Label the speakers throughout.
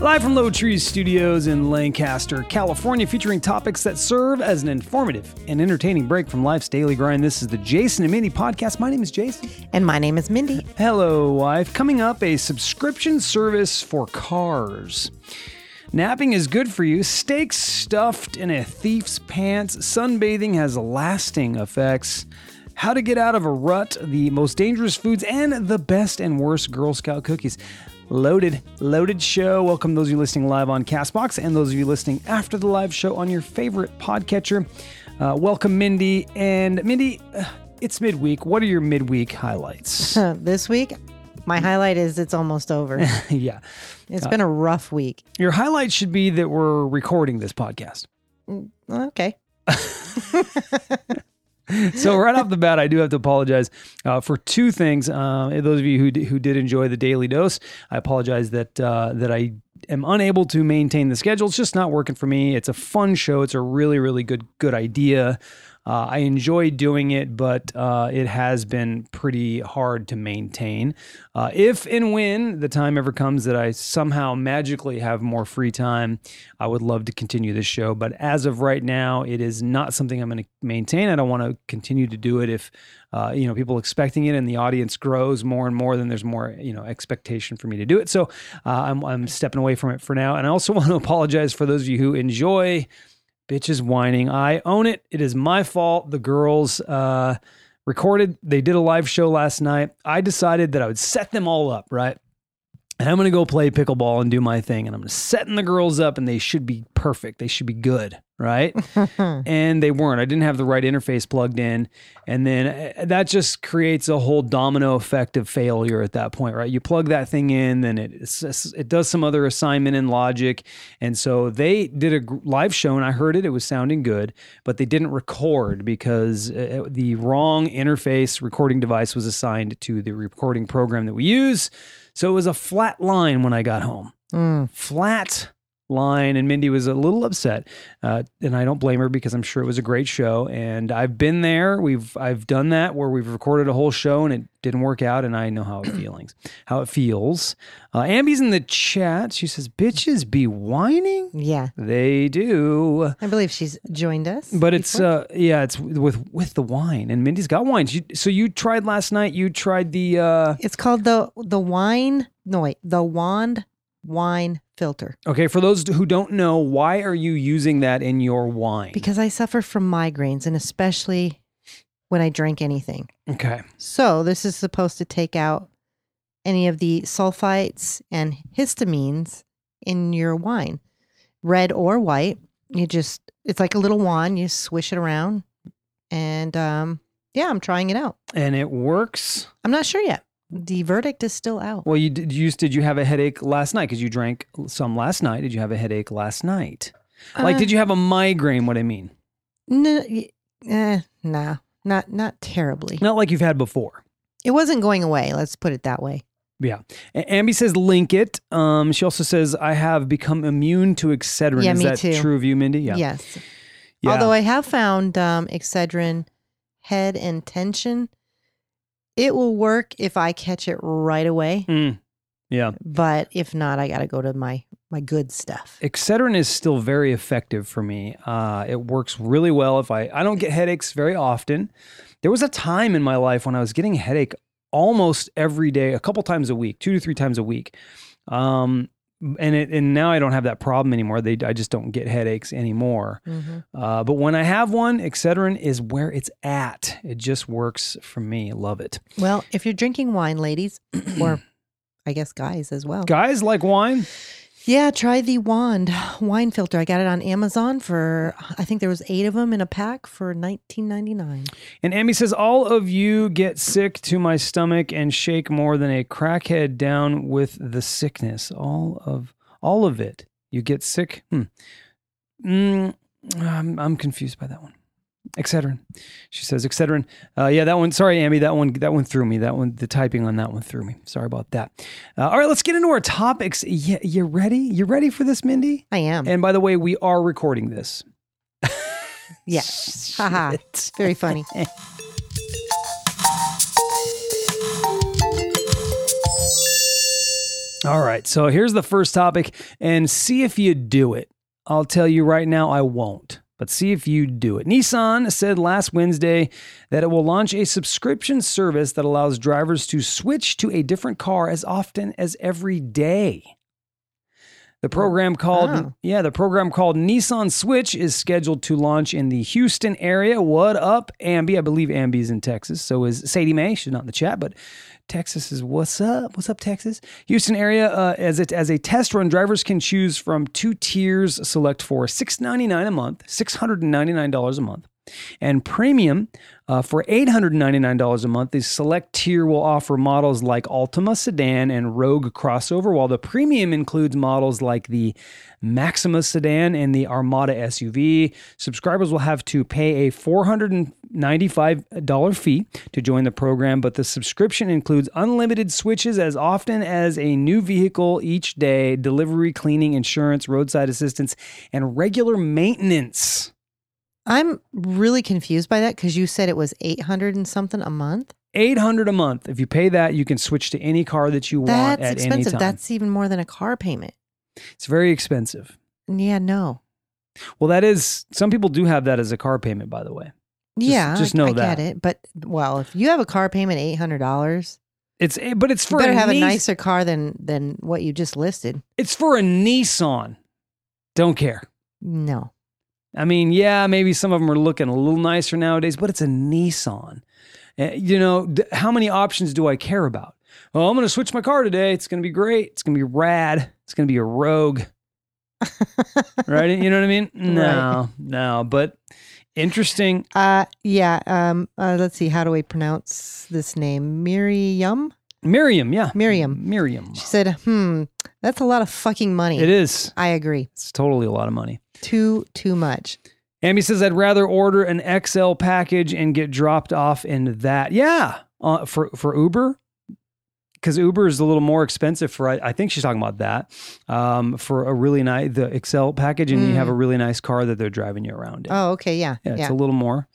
Speaker 1: Live from Low Trees Studios in Lancaster, California, featuring topics that serve as an informative and entertaining break from life's daily grind. This is the Jason and Mindy podcast. My name is Jason.
Speaker 2: And my name is Mindy.
Speaker 1: Hello, wife. Coming up, a subscription service for cars. Napping is good for you. Steaks stuffed in a thief's pants. Sunbathing has lasting effects. How to get out of a rut, the most dangerous foods, and the best and worst Girl Scout cookies. Loaded, loaded show. Welcome those of you listening live on Castbox and those of you listening after the live show on your favorite podcatcher. Uh, welcome, Mindy. And Mindy, uh, it's midweek. What are your midweek highlights?
Speaker 2: Uh, this week, my highlight is it's almost over.
Speaker 1: yeah.
Speaker 2: It's been a rough week.
Speaker 1: Your highlight should be that we're recording this podcast.
Speaker 2: Okay.
Speaker 1: So right off the bat, I do have to apologize uh, for two things. Um, and those of you who, d- who did enjoy the daily dose, I apologize that uh, that I am unable to maintain the schedule. It's just not working for me. It's a fun show. It's a really really good good idea. Uh, I enjoy doing it, but uh, it has been pretty hard to maintain. Uh, if and when the time ever comes that I somehow magically have more free time, I would love to continue this show. But as of right now, it is not something I'm going to maintain. I don't want to continue to do it if uh, you know people expecting it and the audience grows more and more. Then there's more you know expectation for me to do it. So uh, I'm I'm stepping away from it for now. And I also want to apologize for those of you who enjoy bitches whining. I own it. It is my fault. The girls uh, recorded. They did a live show last night. I decided that I would set them all up right. And I'm going to go play pickleball and do my thing. And I'm setting the girls up, and they should be perfect. They should be good, right? and they weren't. I didn't have the right interface plugged in. And then uh, that just creates a whole domino effect of failure at that point, right? You plug that thing in, then it it's- it's- it does some other assignment in Logic. And so they did a gr- live show and I heard it. It was sounding good, but they didn't record because uh, the wrong interface recording device was assigned to the recording program that we use. So it was a flat line when I got home
Speaker 2: Mm.
Speaker 1: flat line and mindy was a little upset uh, and i don't blame her because i'm sure it was a great show and i've been there we've i've done that where we've recorded a whole show and it didn't work out and i know how it feelings how it feels uh, ambi's in the chat she says bitches be whining
Speaker 2: Yeah.
Speaker 1: they do
Speaker 2: I believe she's joined us.
Speaker 1: but it's
Speaker 2: before.
Speaker 1: uh yeah it's with with the wine and mindy's got wine she, so you tried last night you tried the uh
Speaker 2: it's called the the wine no wait, the wand wine filter
Speaker 1: okay for those who don't know why are you using that in your wine
Speaker 2: because I suffer from migraines and especially when I drink anything.
Speaker 1: okay
Speaker 2: So, this is supposed to take out any of the sulfites and histamines in your wine, red or white. You just, it's like a little wand. You swish it around. And um, yeah, I'm trying it out.
Speaker 1: and it works
Speaker 2: I'm not sure yet. The verdict is still out.
Speaker 1: Well, you did. You did you have a headache last night because you drank some last night? Did you have a headache last night? like,
Speaker 2: Uh,
Speaker 1: did you have a migraine? What I mean,
Speaker 2: No, y- Uh, eh, nah, not, not terribly.
Speaker 1: not like you've had before.
Speaker 2: It wasn't going away. Let's put it that way.
Speaker 1: Yeah. A- Ambi says link it. Um, she also says I have become immune to Excedrin.
Speaker 2: Yeah,
Speaker 1: Is
Speaker 2: me
Speaker 1: that
Speaker 2: too.
Speaker 1: true of you, Mindy? Yeah.
Speaker 2: Yes.
Speaker 1: Yeah.
Speaker 2: Although I have found um, Excedrin head and tension, it will work if I catch it right away.
Speaker 1: Mm. yeah.
Speaker 2: But if not, I got to go to my my good stuff.
Speaker 1: Excedrin is still very effective for me. Uh, it works really well if I I don't get headaches very often. There was a time in my life when I was getting a headache almost every day, a couple times a week, two to three times a week. Um, and it, and now I don't have that problem anymore. They I just don't get headaches anymore.
Speaker 2: Mhm.
Speaker 1: Uh, but when I have one, Excedrin is where it's at. It just works for me. Love it.
Speaker 2: Well, if you're drinking wine, ladies, or I guess guys as well.
Speaker 1: Guys like wine.
Speaker 2: Yeah, try the wand wine filter. I got it on Amazon for I think there was eight of them in a pack for 19.99.
Speaker 1: And Emmy says, All of you get sick to my stomach and shake more than a crackhead down with the sickness. All of all of it. You get sick. Hmm. Mm, I'm, I'm confused by that one. Excedrin. She says, Excedrin. Uh, yeah, that one. Sorry, Amy. That one. That one threw me. That one. The typing on that one threw me. Sorry about that. Uh, all right, let's get into our topics. Yeah, you ready? You ready for this, Mindy?
Speaker 2: I am.
Speaker 1: And by the way, we are recording this.
Speaker 2: Yes. Haha.
Speaker 1: Shit.
Speaker 2: Very funny.
Speaker 1: All right. So here's the first topic and see if you do it. I'll tell you right now, I won't, but see if you do it. Nissan said last Wednesday that it will launch a subscription service that allows drivers to switch to a different car as often as every day. The program called
Speaker 2: Oh.
Speaker 1: yeah, the program called Nissan Switch is scheduled to launch in the Houston area. What up, Ambi? I believe Ambi's in Texas. So is Sadie Mae. She's not in the chat, but Texas is what's up? What's up, Texas? Houston area uh, as it as a test run, drivers can choose from two tiers. Select for six ninety nine a month, six hundred and ninety nine dollars a month, and premium uh, for eight hundred and ninety nine dollars a month. The select tier will offer models like Altima sedan and Rogue crossover, while the premium includes models like the Maxima sedan and the Armada SUV. Subscribers will have to pay a four hundred and $95 fee to join the program, but the subscription includes unlimited switches as often as a new vehicle each day, delivery, cleaning, insurance, roadside assistance, and regular maintenance.
Speaker 2: I'm really confused by that because you said it was 800 and something a month.
Speaker 1: 800 a month. If you pay that, you can switch to any car that you want
Speaker 2: That's
Speaker 1: at any
Speaker 2: expensive.
Speaker 1: time.
Speaker 2: That's even more than a car payment.
Speaker 1: it's very expensive.
Speaker 2: Yeah, no.
Speaker 1: Well, that is some people do have that as a car payment by the way. Just-
Speaker 2: yeah,
Speaker 1: just
Speaker 2: I-
Speaker 1: know
Speaker 2: I
Speaker 1: that.
Speaker 2: get it. But well, if you have a car payment eight hundred dollars,
Speaker 1: It's eh, but it's
Speaker 2: you
Speaker 1: for
Speaker 2: better
Speaker 1: a
Speaker 2: have a
Speaker 1: Nis-
Speaker 2: nicer car than than what you just listed.
Speaker 1: It's for a Nissan. Don't care.
Speaker 2: No,
Speaker 1: I mean, yeah, maybe some of them are looking a little nicer nowadays, but it's a Nissan. Uh, You know, d- how many options do I care about? Oh, I'm going to switch my car today. It's going to be great. It's going to be rad. It's going to be a rogue. right? You know what I mean? No, no, but interesting.
Speaker 2: uh, yeah. Um, uh, let's see. How do we pronounce this name? Miriam.
Speaker 1: Miriam, yeah.
Speaker 2: Miriam.
Speaker 1: Miriam.
Speaker 2: She said, "Hmm, that's a lot of fucking money."
Speaker 1: It is.
Speaker 2: I agree.
Speaker 1: It's totally a lot of money.
Speaker 2: Too too much.
Speaker 1: Amy says, I'd rather order an XL package and get dropped off in that. Yeah. Uh, for, for Uber, because Uber is a little more expensive for, I, I think she's talking about that, um, for a really nice, the XL package, and you
Speaker 2: Mm.
Speaker 1: have a really nice car that they're driving you around in.
Speaker 2: Oh, okay. Yeah.
Speaker 1: Yeah,
Speaker 2: Yeah.
Speaker 1: it's a little more.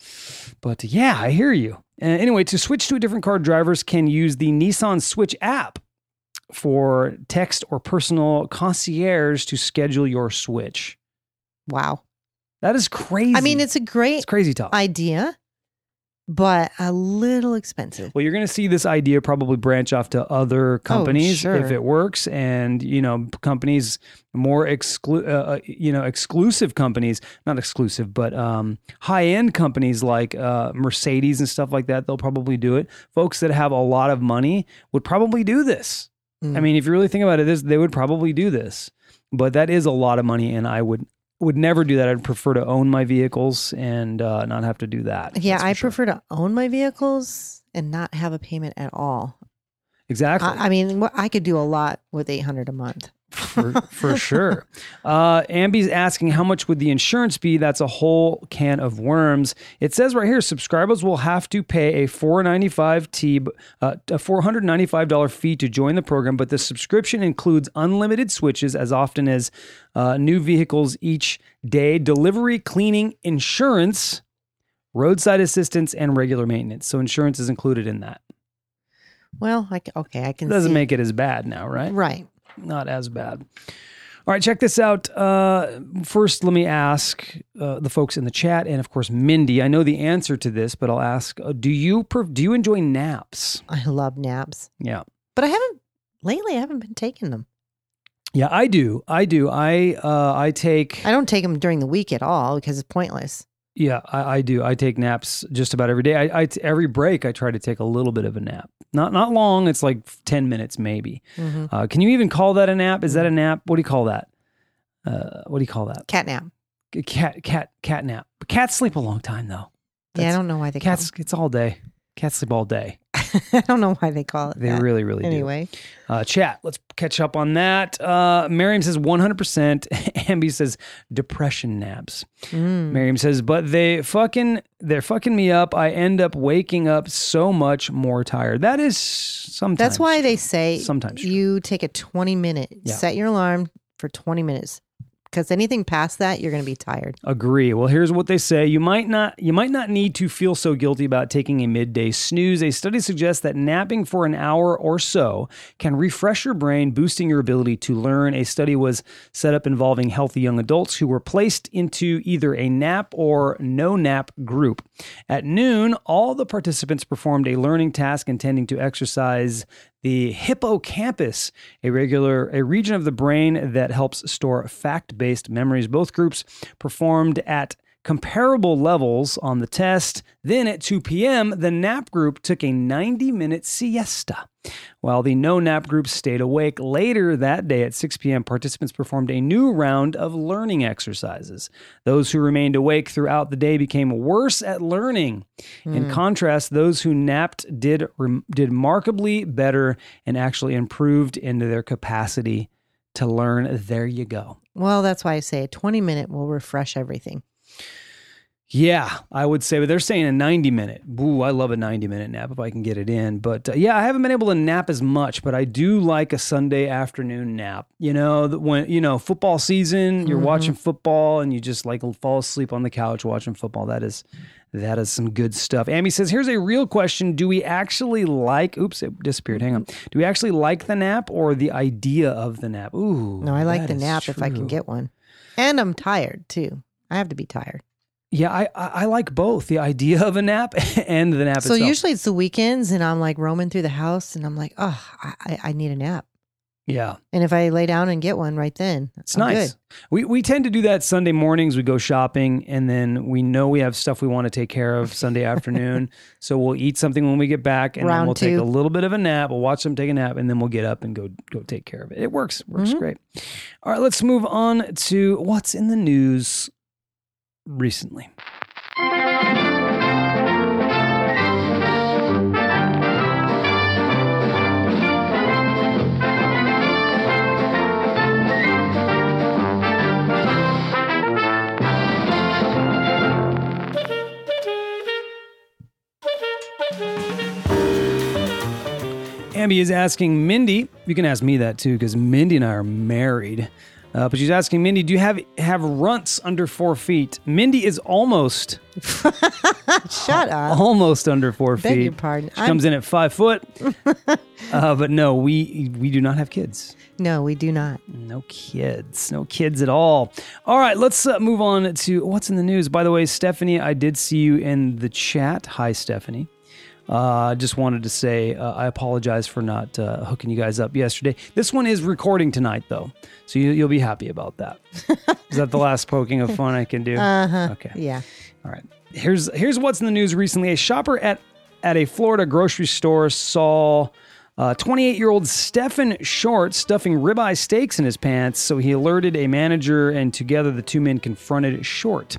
Speaker 1: But yeah, I hear you. Uh, anyway, to switch to a different car, drivers can use the Nissan Switch app for text or personal concierge to schedule your switch.
Speaker 2: wow.
Speaker 1: That is crazy.
Speaker 2: I mean, it's a
Speaker 1: it's
Speaker 2: great
Speaker 1: crazy talk.
Speaker 2: idea, but a little expensive.
Speaker 1: Well, you're going to see this idea probably branch off to other companies
Speaker 2: Oh, sure.
Speaker 1: if it works, and you know, companies more exclu- uh, uh, you know, exclusive companies, not exclusive, but um, high end companies like uh, Mercedes and stuff like that. They'll probably do it. Folks that have a lot of money would probably do this. I
Speaker 2: Mm.
Speaker 1: mean, if you really think about it, this they would probably do this, but that is a lot of money, and I would would never do that. I'd prefer to own my vehicles and uh, not have to do that.
Speaker 2: Yeah,
Speaker 1: That's for
Speaker 2: I
Speaker 1: sure.
Speaker 2: prefer to own my vehicles and not have a payment at all.
Speaker 1: exactly.
Speaker 2: I, I mean, wh- I could do a lot with 800 a month.
Speaker 1: for, for sure. Uh, Ambi's asking how much would the insurance be? That's a whole can of worms. It says right here, subscribers will have to pay a four ninety five t uh, a four hundred ninety five dollar fee to join the program, but the subscription includes unlimited switches as often as uh, new vehicles each day, delivery, cleaning, insurance, roadside assistance, and regular maintenance. So insurance is included in that.
Speaker 2: Well, I c okay, I can
Speaker 1: Doesn't
Speaker 2: see.
Speaker 1: make it as bad now, right?
Speaker 2: right.
Speaker 1: not as bad. All right, check this out. Uh, first, let me ask uh, the folks in the chat, and of course, Mindy. I know the answer to this, but I'll ask: uh, Do you pre- do you enjoy naps?
Speaker 2: I love naps,
Speaker 1: Yeah,
Speaker 2: but I haven't lately. I haven't been taking them.
Speaker 1: yeah, I do. I do. I uh, I take.
Speaker 2: I don't take them during the week at all because it's pointless.
Speaker 1: yeah, I, I do. I take naps just about every day. I, I t- every break, I try to take a little bit of a nap. Not not long. It's like ten minutes, maybe.
Speaker 2: Mhm.
Speaker 1: Uh, can you even call that a nap? Is that a nap? What do you call that? Uh, what do you call that?
Speaker 2: Cat nap.
Speaker 1: Cat cat cat nap. But cats sleep a long time though.
Speaker 2: yeah, I
Speaker 1: That's-
Speaker 2: don't know why they
Speaker 1: Cats, it's all day. Cats sleep all day.
Speaker 2: Call it. I don't know why they call it.
Speaker 1: They
Speaker 2: that.
Speaker 1: really, really
Speaker 2: anyway.
Speaker 1: do. Uh, chat, let's catch up on that. Uh, Miriam says 100%. Ambi says depression naps.
Speaker 2: Mm.
Speaker 1: Miriam says, but they fucking, they're fucking me up. I end up waking up so much more tired. That is sometimes.
Speaker 2: That's why they say
Speaker 1: Sometimes true.
Speaker 2: you take a 20 minute,
Speaker 1: Yeah.
Speaker 2: set your alarm for 20 minutes. because anything past that, you're going to be tired.
Speaker 1: Agree. Well, here's what they say. You might not you might not need to feel so guilty about taking a midday snooze. A study suggests that napping for an hour or so can refresh your brain, boosting your ability to learn. A study was set up involving healthy young adults who were placed into either a nap or no nap group. At noon, all the participants performed a learning task intending to exercise the hippocampus, a regular a region of the brain that helps store fact-based memories. Both groups performed at comparable levels on the test. Then at 2 p.m., the nap group took a 90-minute siesta. While the no nap group stayed awake later that day at 6 p.m., participants performed a new round of learning exercises. Those who remained awake throughout the day became worse at learning. In contrast, those who napped did rem- did markedly better and actually improved into their capacity to learn. There you go.
Speaker 2: Well, that's why I say a 20 minute will refresh everything.
Speaker 1: Yeah, I would say, but they're saying a 90 minute. Ooh, I love a 90 minute nap if I can get it in. But uh, yeah, I haven't been able to nap as much, but I do like a Sunday afternoon nap. You know, that when, you know, football season, you're
Speaker 2: Mhm.
Speaker 1: watching football and you just like fall asleep on the couch watching football. That is, that is some good stuff. Amy says, here's a real question. Do we actually like, oops, it disappeared. Hang on. Do we actually like the nap or the idea of the nap? Ooh.
Speaker 2: No, I like
Speaker 1: that
Speaker 2: the
Speaker 1: is
Speaker 2: nap if I
Speaker 1: true.
Speaker 2: can get one. And I'm tired too. I have to be tired.
Speaker 1: Yeah, I, I, I like both the idea of a nap and the nap
Speaker 2: So
Speaker 1: itself.
Speaker 2: usually it's the weekends and I'm like roaming through the house and I'm like, oh, I, I- I need a nap.
Speaker 1: yeah.
Speaker 2: And if I lay down and get one right then,
Speaker 1: It's
Speaker 2: I'm
Speaker 1: nice.
Speaker 2: good.
Speaker 1: We we tend to do that Sunday mornings. We go shopping, and then we know we have stuff we want to take care of Sunday afternoon. So we'll eat something when we get back, and then
Speaker 2: Round
Speaker 1: we'll take
Speaker 2: two.
Speaker 1: a little bit of a nap. We'll watch them take a nap, and then we'll get up and go go take care of it. It works. Works
Speaker 2: Mhm.
Speaker 1: great. All right, let's move on to what's in the news recently. Amby is asking Mindy. You can ask me that too, because Mindy and I are married. Uh, but she's asking Mindy, do you have have runts under four feet? Mindy is almost
Speaker 2: Shut up.
Speaker 1: almost under four
Speaker 2: Uh, Beg
Speaker 1: feet.
Speaker 2: your pardon.
Speaker 1: She
Speaker 2: I'm-
Speaker 1: comes in at five foot. uh, but no, we we do not have kids.
Speaker 2: No, we do not.
Speaker 1: No kids. No kids at all. All right, let's uh, move on to what's in the news. By the way, Stephanie, I did see you in the chat. Hi, Stephanie. Uh, just wanted to say uh, I apologize for not uh, hooking you guys up yesterday. This one is recording tonight, though, so you, you'll be happy about that. is that the last poking of fun I can do?
Speaker 2: Uh-huh.
Speaker 1: Okay.
Speaker 2: Yeah.
Speaker 1: All right. Here's here's what's in the news recently. A shopper at at a Florida grocery store saw 28 year old Stephen Short stuffing ribeye steaks in his pants, so he alerted a manager, and together the two men confronted Short.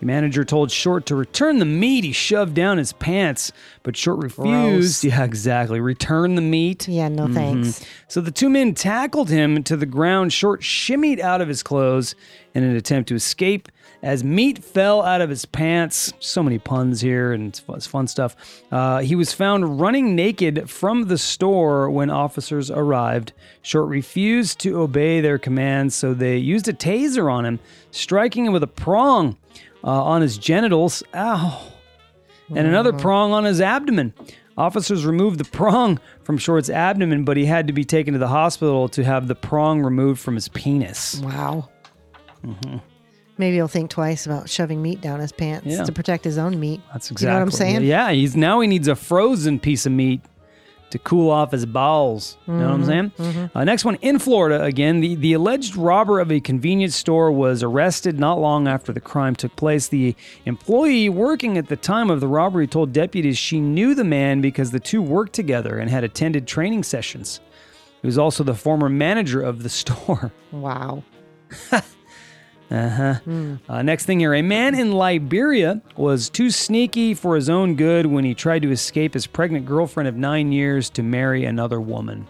Speaker 1: The manager told Short to return the meat he shoved down his pants, but Short refused.
Speaker 2: Gross.
Speaker 1: Yeah, exactly. Return the meat.
Speaker 2: Yeah, no thanks.
Speaker 1: So the two men tackled him to the ground. Short shimmied out of his clothes in an attempt to escape as meat fell out of his pants. So many puns here, and it's fun, it's fun stuff. Uh, he was found running naked from the store when officers arrived. Short refused to obey their commands, so they used a taser on him, striking him with a prong uh, on his genitals. Ow and another prong on his abdomen. Officers removed the prong from Short's abdomen, but he had to be taken to the hospital to have the prong removed from his penis.
Speaker 2: Wow. Mm-hmm.
Speaker 1: Mm-hmm.
Speaker 2: Maybe he'll think twice about shoving meat down his pants
Speaker 1: Yeah.
Speaker 2: to protect his own meat.
Speaker 1: That's
Speaker 2: You
Speaker 1: exactly
Speaker 2: know what I'm saying?
Speaker 1: Yeah, he's now he needs a frozen piece of meat to cool off his bowels. You know what
Speaker 2: Mm-hmm,
Speaker 1: I'm saying? Uh, next one in Florida again. The the alleged robber of a convenience store was arrested not long after the crime took place. The employee working at the time of the robbery told deputies she knew the man because the two worked together and had attended training sessions. He was also the former manager of the store.
Speaker 2: Wow.
Speaker 1: Uh, next thing here, a man in Liberia was too sneaky for his own good when he tried to escape his pregnant girlfriend of nine years to marry another woman.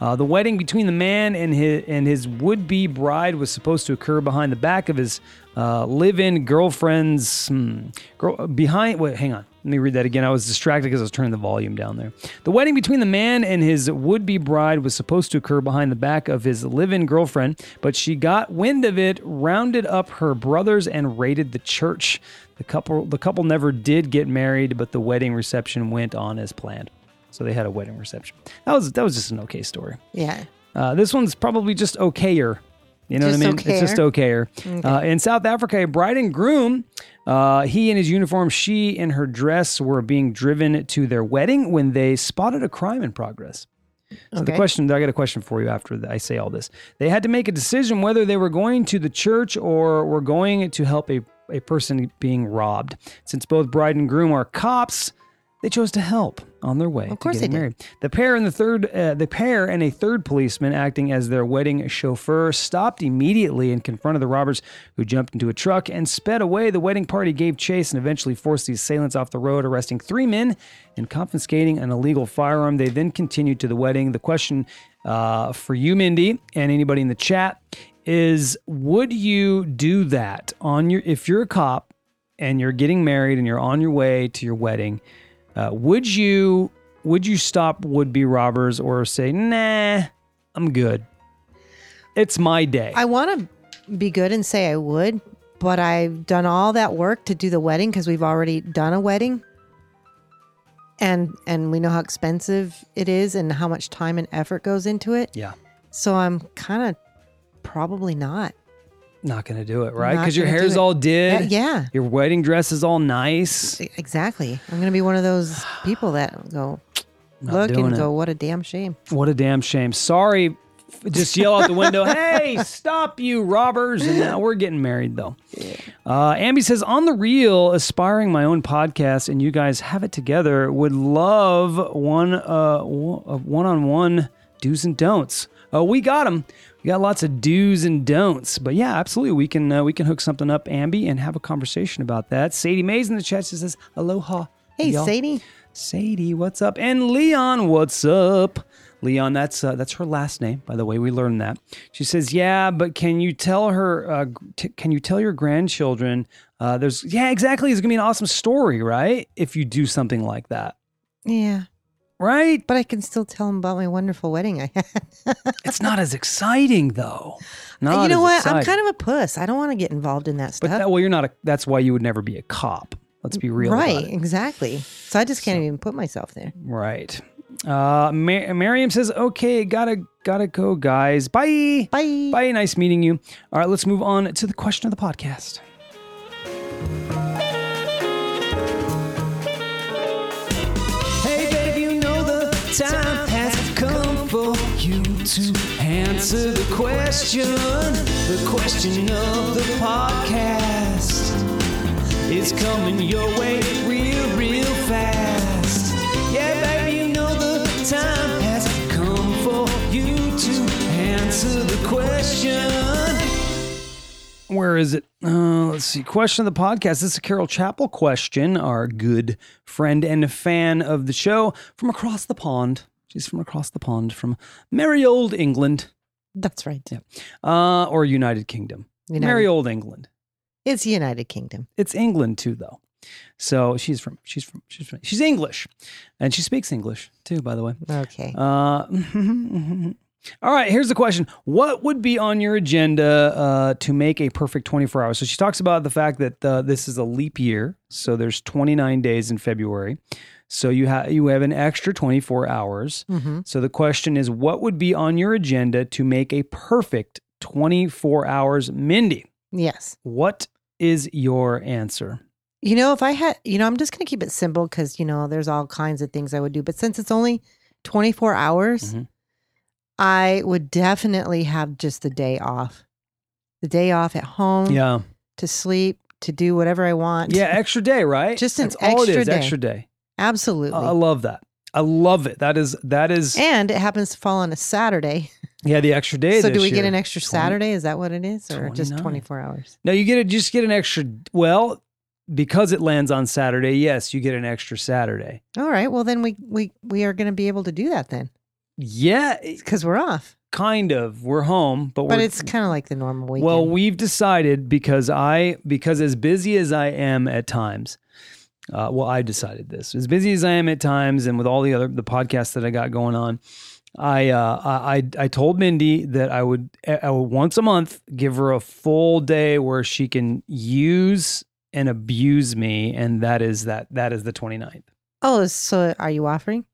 Speaker 1: Uh, the wedding between the man and his and his would-be bride was supposed to occur behind the back of his uh, live-in girlfriend's hmm, girl uh, behind. Wait, hang on. Let me read that again. I was distracted because I was turning the volume down there. The wedding between the man and his would be bride was supposed to occur behind the back of his live in girlfriend, but she got wind of it, rounded up her brothers, and raided the church. The couple, the couple never did get married, but the wedding reception went on as planned. So they had a wedding reception. That was that was just an okay story.
Speaker 2: Yeah.
Speaker 1: Uh, this one's probably just okayer. You know
Speaker 2: Just
Speaker 1: what I mean? It's just okayer. Uh, in South Africa, a bride and groom, uh, he in his uniform, she in her dress, were being driven to their wedding when they spotted a crime in progress. So the
Speaker 2: Okay.
Speaker 1: question, I got a question for you after I say all this. They had to make a decision whether they were going to the church or were going to help a, a person being robbed. Since both bride and groom are cops, they chose to help on their way.
Speaker 2: Of course
Speaker 1: to getting
Speaker 2: they did.
Speaker 1: married. The pair and the third, uh, the pair and a third policeman acting as their wedding chauffeur stopped immediately and confronted the robbers, who jumped into a truck and sped away. The wedding party gave chase and eventually forced the assailants off the road, arresting three men and confiscating an illegal firearm. They then continued to the wedding. The question uh, for you, Mindy, and anybody in the chat is: Would you do that on your if you're a cop? and you're getting married and you're on your way to your wedding, uh, would you would you stop would be robbers or say nah, I'm good? It's my day.
Speaker 2: I want to be good and say I would, but I've done all that work to do the wedding because we've already done a wedding, and and we know how expensive it is and how much time and effort goes into it.
Speaker 1: yeah,
Speaker 2: So I'm kind of probably not.
Speaker 1: not gonna do it, right?
Speaker 2: Not
Speaker 1: Because your
Speaker 2: gonna do
Speaker 1: hair's
Speaker 2: it.
Speaker 1: all
Speaker 2: Yeah,
Speaker 1: did.
Speaker 2: yeah,
Speaker 1: Your wedding dress is all nice.
Speaker 2: E, exactly. I'm gonna be one of those people that go
Speaker 1: Not
Speaker 2: look
Speaker 1: doing
Speaker 2: and
Speaker 1: it.
Speaker 2: go, what a damn shame.
Speaker 1: What a damn shame. Sorry. F- Just yell out the window, hey, stop you robbers. And now we're getting married, though. Uh, Amby says, on the real, aspiring my own podcast, and you guys have it together. Would love one uh, one on one do's and don'ts. Oh, we got them. We got lots of do's and don'ts. But yeah, absolutely, we can uh, we can hook something up, Amby, and have a conversation about that. Sadie Mays in the chat she says, aloha.
Speaker 2: Hey,
Speaker 1: y'all."
Speaker 2: Sadie.
Speaker 1: Sadie, what's up? And Leon, what's up? Leon, that's uh, that's her last name, by the way. We learned that. She says, "Yeah, but can you tell her? Uh, gr- t- can you tell your grandchildren? Uh, there's yeah, exactly. It's gonna be an awesome story, right? If you do something like that,
Speaker 2: Yeah,
Speaker 1: right?
Speaker 2: but I can still tell them about my wonderful wedding I had.
Speaker 1: It's not as exciting though. Not
Speaker 2: you know
Speaker 1: as
Speaker 2: what? I'm
Speaker 1: exciting.
Speaker 2: kind of a puss. I don't want to get involved in that
Speaker 1: But
Speaker 2: stuff.
Speaker 1: that, well, you're not. A, that's why you would never be a cop. Let's be real, about
Speaker 2: right
Speaker 1: it.
Speaker 2: exactly so i just can't even put myself there
Speaker 1: Right. Uh, Mar- Miriam says, "Okay, gotta gotta go, guys. Bye."
Speaker 2: bye
Speaker 1: Bye. Nice meeting you. All right, let's move on to the question of the podcast. Hey, babe, you know the time has come for you to answer the question. The question of the podcast. It's coming your way real, real fast. Yeah, baby, you know the time has come for you to answer the question. Where is it? Uh, let's see. Question of the podcast. This is a Carol Chapel question, our good friend and fan of the show from across the pond. She's from across the pond from merry old England
Speaker 2: that's right
Speaker 1: uh, or United Kingdom.
Speaker 2: United-
Speaker 1: Merry old England.
Speaker 2: it's united kingdom
Speaker 1: It's England too, though. So she's from she's from she's from, she's English, and she speaks English too, by the way.
Speaker 2: okay
Speaker 1: Uh, all right, here's the question: What would be on your agenda uh, to make a perfect 24 hours? So she talks about the fact that uh, this is a leap year, so there's 29 days in February, so you have you have an extra 24 hours.
Speaker 2: hmm
Speaker 1: So the question is, what would be on your agenda to make a perfect 24 hours, Mindy?
Speaker 2: yes
Speaker 1: What is your answer?
Speaker 2: you know if i had you know i'm just gonna keep it simple because you know there's all kinds of things i would do but since it's only 24 hours
Speaker 1: Mhm.
Speaker 2: i would definitely have just the day off the day off at home
Speaker 1: Yeah.
Speaker 2: to sleep to do whatever i want
Speaker 1: Yeah, extra day, right?
Speaker 2: Just an
Speaker 1: That's all it
Speaker 2: extra
Speaker 1: is,
Speaker 2: day.
Speaker 1: extra day. I-
Speaker 2: absolutely
Speaker 1: I love that. I love it. That is that is
Speaker 2: and it happens to fall on a saturday
Speaker 1: yeah, the extra day.
Speaker 2: so do
Speaker 1: this
Speaker 2: we get
Speaker 1: year.
Speaker 2: an extra
Speaker 1: 20
Speaker 2: saturday is that what it is or just
Speaker 1: 29.
Speaker 2: 24 hours
Speaker 1: No, you get it just get an extra well, because it lands on Saturday, yes, you get an extra Saturday.
Speaker 2: All right. Well, then we we we are going to be able to do that then
Speaker 1: Yeah,
Speaker 2: because we're off.
Speaker 1: kind of. We're home, but
Speaker 2: But
Speaker 1: we're
Speaker 2: it's kind of like the normal weekend.
Speaker 1: Well, we've decided because I because as busy as I am at times, uh, well, I decided this. As busy as I am at times, and with all the other the podcasts that I got going on, I uh, I I- I told Mindy that I would I would once a month give her a full day where she can use and abuse me, and that is that that is the 29th.
Speaker 2: Oh, so are you offering?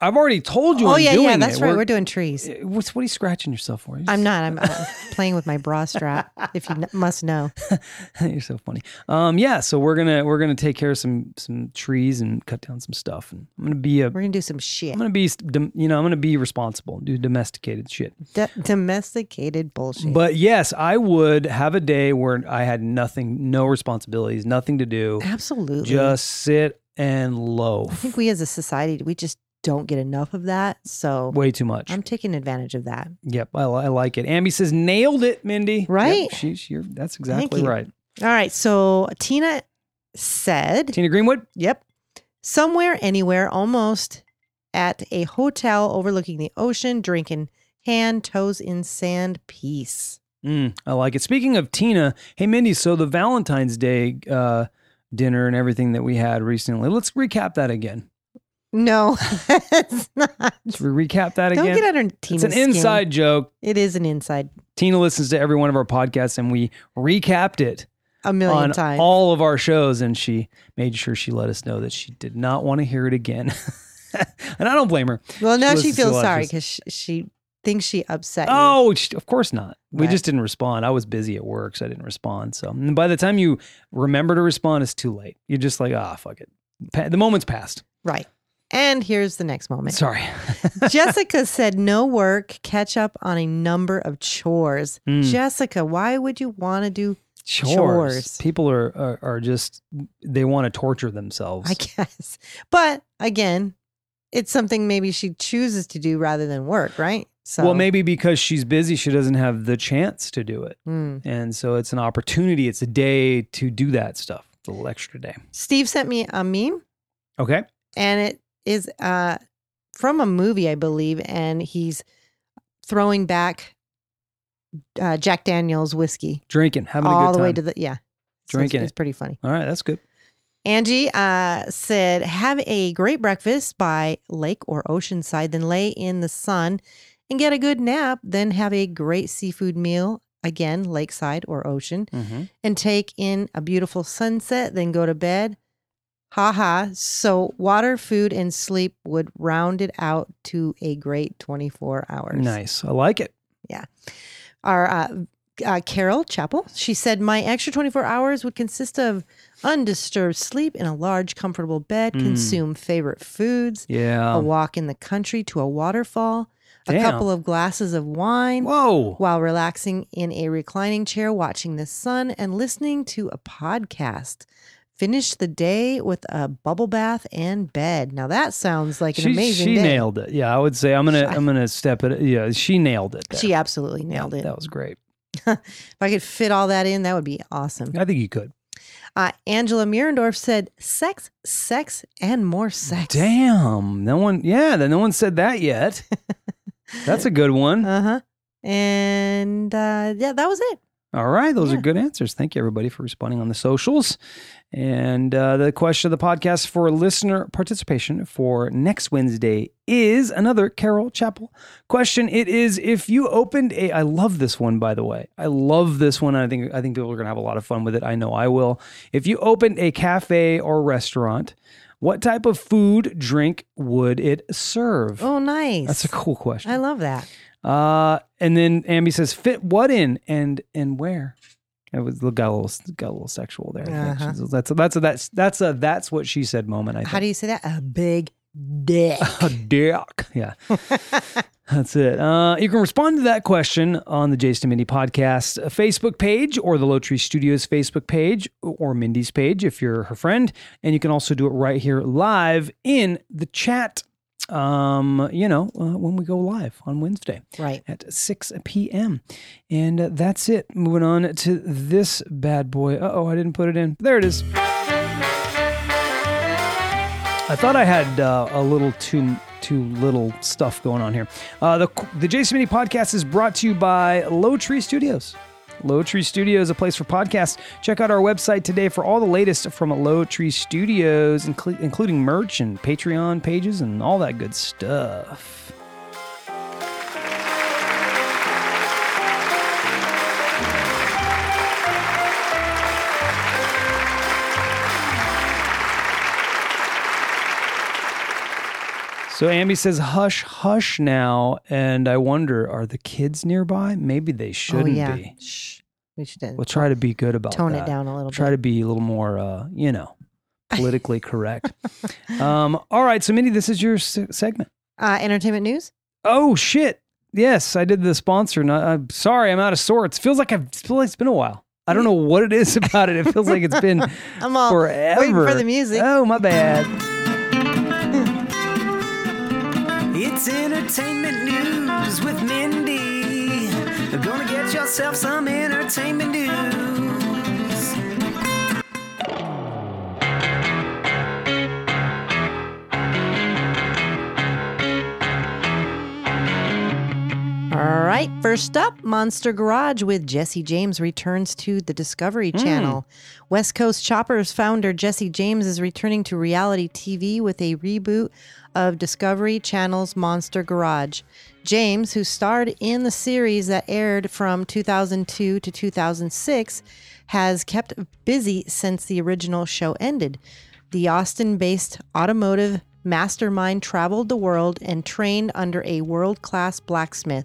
Speaker 1: I've already told you.
Speaker 2: oh
Speaker 1: I'm
Speaker 2: yeah,
Speaker 1: doing
Speaker 2: yeah, that's
Speaker 1: it.
Speaker 2: right.
Speaker 1: We're-
Speaker 2: We're, doing trees.
Speaker 1: Uh, What's what are you scratching yourself for? You're
Speaker 2: I'm
Speaker 1: just-
Speaker 2: not. I'm uh, playing with my bra strap. If you kn- must know,
Speaker 1: You're so funny. Um, yeah, so we're gonna we're gonna take care of some some trees and cut down some stuff, and I'm gonna be a
Speaker 2: we're gonna do some shit.
Speaker 1: I'm gonna be dom- you know I'm gonna be responsible, and do domesticated shit.
Speaker 2: D- domesticated bullshit.
Speaker 1: But yes, I would have a day where I had nothing, no responsibilities, nothing to do,
Speaker 2: Absolutely.
Speaker 1: just sit and
Speaker 2: I
Speaker 1: loaf.
Speaker 2: think we as a society we just don't get enough of that. So
Speaker 1: Way too much.
Speaker 2: I'm taking advantage of that.
Speaker 1: yep, I, li- I like it. Amby says, "Nailed it, Mindy." Yep,
Speaker 2: Right?
Speaker 1: she, she, you're- that's exactly
Speaker 2: you.
Speaker 1: right.
Speaker 2: All right. So Tina said,
Speaker 1: Tina Greenwood.
Speaker 2: "Yep, somewhere, anywhere, almost at a hotel overlooking the ocean, drinking hand, toes in sand, peace."
Speaker 1: Mm, I like it. Speaking of Tina, hey Mindy, so the Valentine's Day uh, dinner and everything that we had recently, let's recap that again.
Speaker 2: No, it's not.
Speaker 1: Let's re- recap that
Speaker 2: Don't
Speaker 1: again.
Speaker 2: get under Tina's
Speaker 1: it's an
Speaker 2: skin.
Speaker 1: inside joke.
Speaker 2: It is an inside
Speaker 1: Tina listens to every one of our podcasts, and we recapped it
Speaker 2: a million
Speaker 1: on
Speaker 2: times.
Speaker 1: all of our shows, and she made sure she let us know that she did not want to hear it again. and I don't blame her.
Speaker 2: well, now she
Speaker 1: listens to a
Speaker 2: feels
Speaker 1: lot of
Speaker 2: sorry
Speaker 1: this.
Speaker 2: because she, she thinks she upset you.
Speaker 1: Oh, sh- of course not. We
Speaker 2: Right.
Speaker 1: just didn't respond. I was busy at work, so I didn't respond. So and by the time you remember to respond, it's too late. You're just like, ah, fuck it. Pa- the moment's passed.
Speaker 2: Right. And here's the next moment.
Speaker 1: Sorry.
Speaker 2: Jessica said, no work, catch up on a number of chores.
Speaker 1: Mm.
Speaker 2: Jessica, why would you want to do,
Speaker 1: Chores.
Speaker 2: Chores.
Speaker 1: People are, are are just they want to torture themselves.
Speaker 2: I guess? But again, it's something maybe she chooses to do rather than work, right? So,
Speaker 1: Well, maybe because she's busy, she doesn't have the chance to do it,
Speaker 2: Hmm.
Speaker 1: and so it's an opportunity. It's a day to do that stuff. It's a little extra day.
Speaker 2: Steve sent me a meme
Speaker 1: Okay.
Speaker 2: and it is uh from a movie i believe and he's throwing back uh, jack daniels whiskey
Speaker 1: drinking, having a
Speaker 2: all
Speaker 1: good
Speaker 2: the
Speaker 1: time.
Speaker 2: way to the yeah So it's-
Speaker 1: Drinking
Speaker 2: it's pretty funny
Speaker 1: All right, that's good.
Speaker 2: angie uh said have a great breakfast by lake or oceanside then lay in the sun and get a good nap then have a great seafood meal again lakeside or ocean and take in a beautiful sunset, then go to bed. Ha ha. So water, food, and sleep would round it out to a great 24 hours.
Speaker 1: Nice, I like it.
Speaker 2: Our uh, uh, Carol Chapel, she said, My extra 24 hours would consist of undisturbed sleep in a large, comfortable bed,
Speaker 1: Mm.
Speaker 2: consume favorite foods,
Speaker 1: Yeah.
Speaker 2: a walk in the country to a waterfall, a
Speaker 1: Damn.
Speaker 2: couple of glasses of wine,
Speaker 1: Whoa.
Speaker 2: while relaxing in a reclining chair, watching the sun, and listening to a podcast. Finish the day with a bubble bath and bed. Now that sounds like an
Speaker 1: She,
Speaker 2: amazing
Speaker 1: she
Speaker 2: day.
Speaker 1: nailed it. Yeah, I would say I'm gonna
Speaker 2: She-
Speaker 1: I'm gonna step it. Yeah, she nailed it. there.
Speaker 2: She absolutely
Speaker 1: Yeah,
Speaker 2: nailed it.
Speaker 1: That was great.
Speaker 2: If I could fit all that in, that would be awesome.
Speaker 1: I think you could.
Speaker 2: Uh, Angela Mirendorf said, "Sex, sex, and more sex."
Speaker 1: Damn. No one. Yeah. Then no one said that yet. that's a good one.
Speaker 2: Uh huh. And uh, yeah, that was it.
Speaker 1: All right. Those
Speaker 2: yeah.
Speaker 1: are good answers. Thank you everybody for responding on the socials. And uh, the question of the podcast for listener participation for next Wednesday is another Carol Chapel question. It is if you opened a I love this one by the way. I love this one. I think I think people are going to have a lot of fun with it. I know I will. If you opened a cafe or restaurant, what type of food, drink would it serve?
Speaker 2: Oh, nice.
Speaker 1: That's a cool question.
Speaker 2: I love that.
Speaker 1: Uh, and then Amby says, "Fit what in and and where?" It was got a little got a little sexual there. I think.
Speaker 2: Uh-huh.
Speaker 1: She's- That's that's a, that's that's a that's what she said moment. I think.
Speaker 2: How do you say that? A big dick.
Speaker 1: a dick. Yeah. That's it. Uh, you can respond to that question on the Jason and Mindy podcast uh, Facebook page or the Low Tree Studios Facebook page or Mindy's page if you're her friend. And you can also do it right here live in the chat, um, you know, uh, when we go live on Wednesday
Speaker 2: right.
Speaker 1: at 6 p.m. And uh, that's it. Moving on to this bad boy. Uh oh, I didn't put it in. There it is. I thought I had uh, a little too too little stuff going on here. Uh, the the Jason Mini podcast is brought to you by Low Tree Studios. Low Tree Studio is a place for podcasts. Check out our website today for all the latest from Low Tree Studios, inclu- including merch and Patreon pages and all that good stuff. So Amby says, "Hush, hush now," and I wonder, are the kids nearby? Maybe they shouldn't
Speaker 2: oh yeah.
Speaker 1: be.
Speaker 2: Shh. We should
Speaker 1: We'll try to be good about
Speaker 2: tone
Speaker 1: that.
Speaker 2: it down a little
Speaker 1: Try
Speaker 2: bit.
Speaker 1: to be a little more, uh, you know, politically correct. um, all right, so Mindy, this is your se- segment.
Speaker 2: uh, entertainment news.
Speaker 1: Oh shit! Yes, I did the sponsor. Not, I'm sorry, I'm out of sorts. Feels like I've feels like it's been a while. I don't know what it is about it. It feels like it's been
Speaker 2: I'm all
Speaker 1: forever.
Speaker 2: waiting for the music.
Speaker 1: Oh my bad.
Speaker 3: It's entertainment news with Mindy. Gonna get yourself some entertainment news.
Speaker 2: All right, first up, Monster Garage with Jesse James returns to the Discovery Channel. West Coast Choppers founder Jesse James is returning to reality TV with a reboot of Discovery Channel's Monster Garage. James, who starred in the series that aired from 2002 to 2006, has kept busy since the original show ended. The Austin based automotive mastermind traveled the world and trained under a world class blacksmith,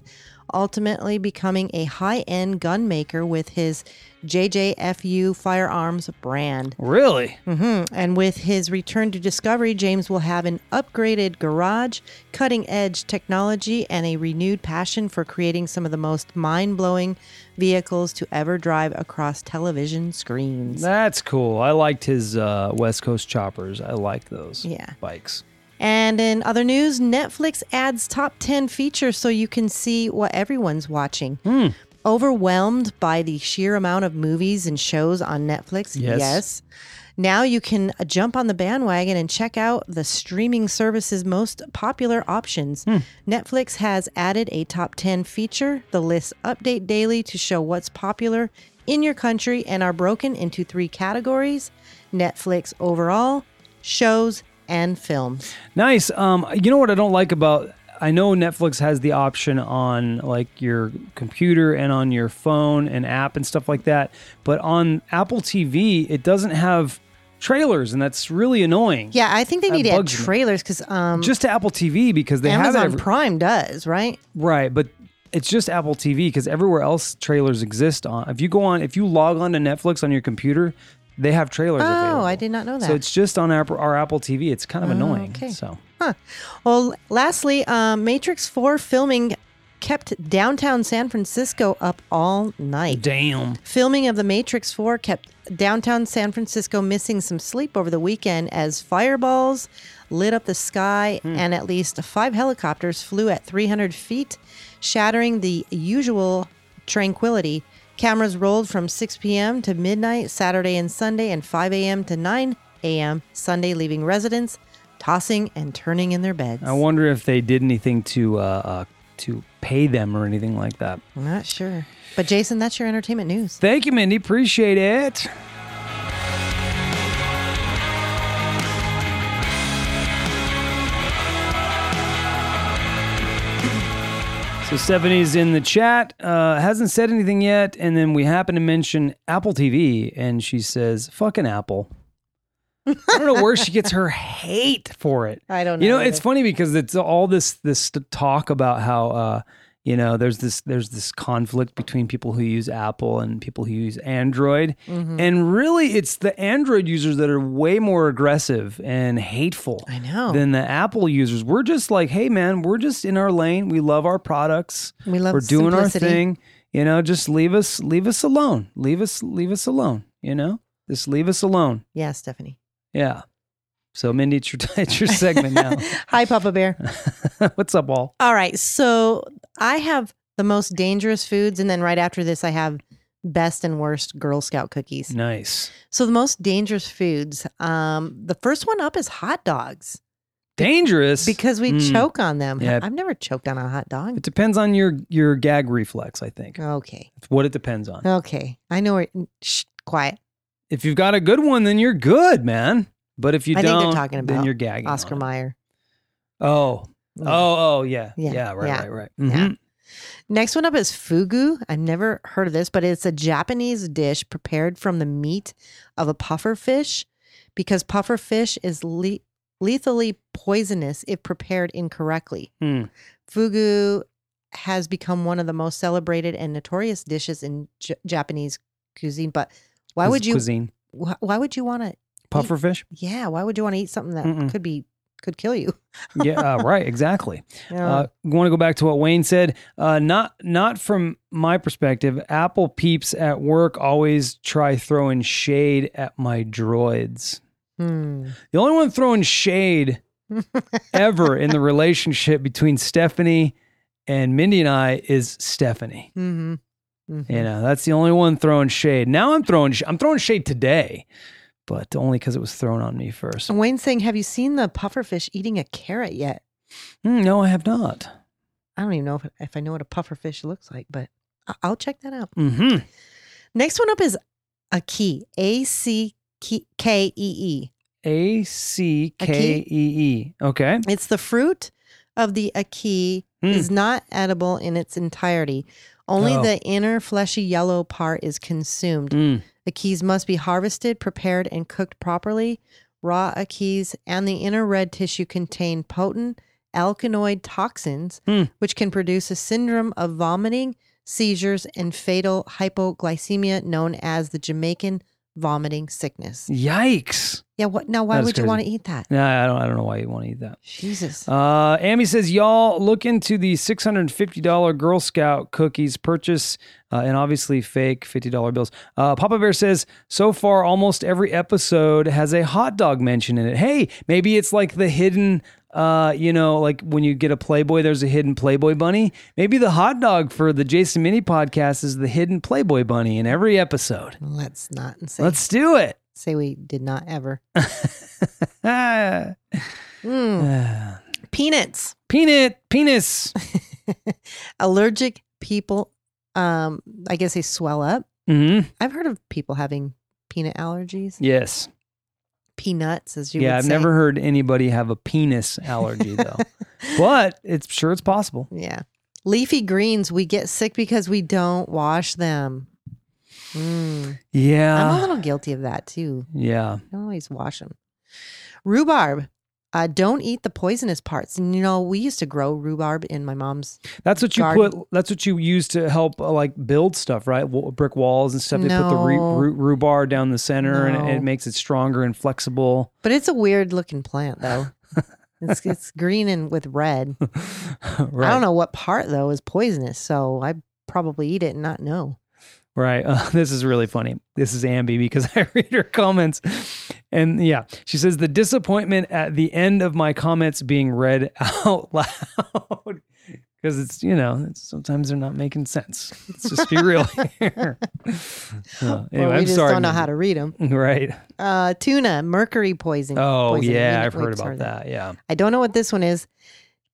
Speaker 2: ultimately becoming a high end gun maker with his JJFU firearms brand.
Speaker 1: Really?
Speaker 2: hmm And with his return to Discovery, James will have an upgraded garage, cutting edge technology, and a renewed passion for creating some of the most mind blowing vehicles to ever drive across television screens.
Speaker 1: That's cool. I liked his uh, West Coast choppers. I liked those.
Speaker 2: Yeah.
Speaker 1: Bikes.
Speaker 2: And in other news, Netflix adds top 10 features so you can see what everyone's watching. Overwhelmed by the sheer amount of movies and shows on Netflix?
Speaker 1: Yes.
Speaker 2: Now you can uh, jump on the bandwagon and check out the streaming service's most popular options. Netflix has added a top 10 feature. The lists update daily to show what's popular in your country and are broken into three categories Netflix overall, shows, and films.
Speaker 1: Nice. Um, you know what I don't like about I know Netflix has the option on like your computer and on your phone and app and stuff like that, but on Apple TV it doesn't have trailers and that's really annoying.
Speaker 2: Yeah, I think they need to add
Speaker 1: bugs me.
Speaker 2: trailers because um,
Speaker 1: Just to Apple TV because they have it
Speaker 2: Amazon
Speaker 1: every-
Speaker 2: Prime does, right?
Speaker 1: Right, but it's just Apple TV because everywhere else trailers exist on. If you go on, if you log on to Netflix on your computer, they have trailers.
Speaker 2: Oh,
Speaker 1: available.
Speaker 2: I did not know that. Oh,
Speaker 1: So it's just on our, our Apple TV. It's kind of annoying.
Speaker 2: okay.
Speaker 1: So
Speaker 2: Well, lastly, um, Matrix 4 filming kept downtown San Francisco up all night.
Speaker 1: damn.
Speaker 2: Filming of The Matrix 4 kept downtown San Francisco missing some sleep over the weekend as fireballs lit up the sky and at least five helicopters flew at 300 feet, shattering the usual tranquility. Cameras rolled from 6 p.m. to midnight Saturday and Sunday and 5 a.m. to 9 a.m. Sunday, leaving residents tossing and turning in their beds.
Speaker 1: I wonder if they did anything to uh, uh, to pay them or anything like that.
Speaker 2: I'm not sure. But Jason, that's your entertainment news.
Speaker 1: Thank you, Mindy. Appreciate it. So 70s in the chat uh, hasn't said anything yet, and then we happen to mention Apple TV, and she says, "Fucking Apple." I don't know where she gets her hate for it.
Speaker 2: I don't
Speaker 1: You know,
Speaker 2: know
Speaker 1: it's
Speaker 2: either.
Speaker 1: funny because it's all this this talk about how uh, you know there's this there's this conflict between people who use Apple and people who use Android,
Speaker 2: Mm-hmm.
Speaker 1: and really it's the Android users that are way more aggressive and hateful.
Speaker 2: I know.
Speaker 1: Than the Apple users. We're just like, hey man, we're just in our lane. We love our products.
Speaker 2: We love
Speaker 1: We're doing
Speaker 2: simplicity.
Speaker 1: our thing. You know, just leave us leave us alone. Leave us leave us alone. You know, just leave us alone.
Speaker 2: Yeah, Stephanie.
Speaker 1: Yeah. So Mindy, it's your, it's your segment now.
Speaker 2: Hi, Papa Bear.
Speaker 1: What's up, all?
Speaker 2: All right. So I have the most dangerous foods. And then right after this, I have best and worst Girl Scout cookies.
Speaker 1: Nice.
Speaker 2: So the most dangerous foods. Um, the first one up is hot dogs.
Speaker 1: dangerous.
Speaker 2: because we
Speaker 1: Mm.
Speaker 2: choke on them.
Speaker 1: Yeah.
Speaker 2: I've never choked on a hot dog.
Speaker 1: It depends on your your gag reflex. I think
Speaker 2: Okay.
Speaker 1: it's what it depends on.
Speaker 2: Okay. I know where. Shh, quiet.
Speaker 1: If you've got a good one, then you're good, man. But if you
Speaker 2: I think
Speaker 1: don't,
Speaker 2: they're talking
Speaker 1: then
Speaker 2: about
Speaker 1: you're gagging. on
Speaker 2: Oscar
Speaker 1: it.
Speaker 2: Mayer.
Speaker 1: Oh, oh, oh, yeah, yeah,
Speaker 2: Yeah,
Speaker 1: right,
Speaker 2: yeah,
Speaker 1: right, right.
Speaker 2: yeah.
Speaker 1: Mhm.
Speaker 2: Next one up is fugu. I've never heard of this, but it's a Japanese dish prepared from the meat of a puffer fish because puffer fish is le- lethally poisonous if prepared incorrectly.
Speaker 1: Hmm.
Speaker 2: Fugu has become one of the most celebrated and notorious dishes in J- Japanese cuisine, but why
Speaker 1: This
Speaker 2: would
Speaker 1: is
Speaker 2: you
Speaker 1: cuisine
Speaker 2: wh- why would you want to
Speaker 1: pufferfish?
Speaker 2: yeah, why would you want to eat something that
Speaker 1: Mm-mm.
Speaker 2: could be could kill you?
Speaker 1: yeah, uh, right, exactly.
Speaker 2: You know?
Speaker 1: Uh, want to go back to what Wayne said? Uh, not not from my perspective. Apple peeps at work always try throwing shade at my droids.
Speaker 2: Hmm.
Speaker 1: The only one throwing shade ever in the relationship between Stephanie and Mindy and I is Stephanie.
Speaker 2: Mm-hmm. Mm-hmm.
Speaker 1: You know, that's the only one throwing shade. Now I'm throwing sh- I'm throwing shade today, but only because it was thrown on me first.
Speaker 2: And Wayne's saying, Have you seen the pufferfish eating a carrot yet?
Speaker 1: Hmm, no, I have not.
Speaker 2: I don't even know if, if I know what a pufferfish looks like, but I- I'll check that out.
Speaker 1: hmm
Speaker 2: Next one up is a key, A C K E E.
Speaker 1: A C K E E. Okay.
Speaker 2: It's the fruit of the aki
Speaker 1: Hmm.
Speaker 2: is not edible in its entirety. Only
Speaker 1: Oh.
Speaker 2: the inner fleshy yellow part is consumed.
Speaker 1: Mm.
Speaker 2: Akis must be harvested, prepared, and cooked properly. Raw akis and the inner red tissue contain potent alkaloid toxins,
Speaker 1: Hmm.
Speaker 2: which can produce a syndrome of vomiting, seizures, and fatal hypoglycemia known as the Jamaican vomiting sickness.
Speaker 1: Yikes.
Speaker 2: Yeah, what now? Why
Speaker 1: That is
Speaker 2: would you want to
Speaker 1: crazy.
Speaker 2: eat that?
Speaker 1: No, I don't. I don't know why you want to eat that.
Speaker 2: Jesus.
Speaker 1: Uh, Amy says, y'all look into the $650 Girl Scout cookies purchase uh, and obviously fake $50 bills. Uh, Papa Bear says, so far, almost every episode has a hot dog mention in it. Hey, maybe it's like the hidden, uh, you know, like when you get a Playboy, there's a hidden Playboy bunny. Maybe the hot dog for the Jason Mini podcast is the hidden Playboy bunny in every episode.
Speaker 2: Let's not say,
Speaker 1: Let's do it.
Speaker 2: say we did not ever.
Speaker 1: Ah.
Speaker 2: Mm.
Speaker 1: Ah.
Speaker 2: Peanuts.
Speaker 1: Peanut, penis.
Speaker 2: Allergic people, um, I guess they swell up.
Speaker 1: hmm
Speaker 2: I've heard of people having peanut allergies,
Speaker 1: Yes.
Speaker 2: peanuts, as you
Speaker 1: yeah,
Speaker 2: would
Speaker 1: I've
Speaker 2: say.
Speaker 1: never heard anybody have a penis allergy though, but it's sure it's possible.
Speaker 2: Yeah. Leafy greens, we get sick because we don't wash them. Mm. I'm a
Speaker 1: Yeah,
Speaker 2: little guilty of that too.
Speaker 1: yeah.
Speaker 2: I don't always wash them. Rhubarb, uh, don't eat the poisonous parts. And you know, we used to grow rhubarb in my mom's.
Speaker 1: That's what you
Speaker 2: Garden.
Speaker 1: put. That's what you use to help uh, like build stuff, right? W- brick walls and stuff. They put the re-
Speaker 2: No.
Speaker 1: ru- rhubarb down the center, and it, it
Speaker 2: No.
Speaker 1: makes it stronger and flexible.
Speaker 2: But it's a weird looking plant though. it's, it's green and with red.
Speaker 1: right.
Speaker 2: I don't know what part though is poisonous, so I probably eat it and not know.
Speaker 1: Right. Uh, this is really funny. This is Ambi because I read her comments. And yeah, she says the disappointment at the end of my comments being read out loud because it's, you know, it's, sometimes they're not making sense. Let's just be real here. Uh, anyway,
Speaker 2: Or we
Speaker 1: I'm
Speaker 2: just
Speaker 1: sorry.
Speaker 2: don't know how to read them.
Speaker 1: Right.
Speaker 2: Uh, tuna, mercury poison.
Speaker 1: Oh,
Speaker 2: poison.
Speaker 1: yeah.
Speaker 2: We-
Speaker 1: I've
Speaker 2: we
Speaker 1: heard
Speaker 2: sorted
Speaker 1: about that. Yeah.
Speaker 2: I don't know what this one is.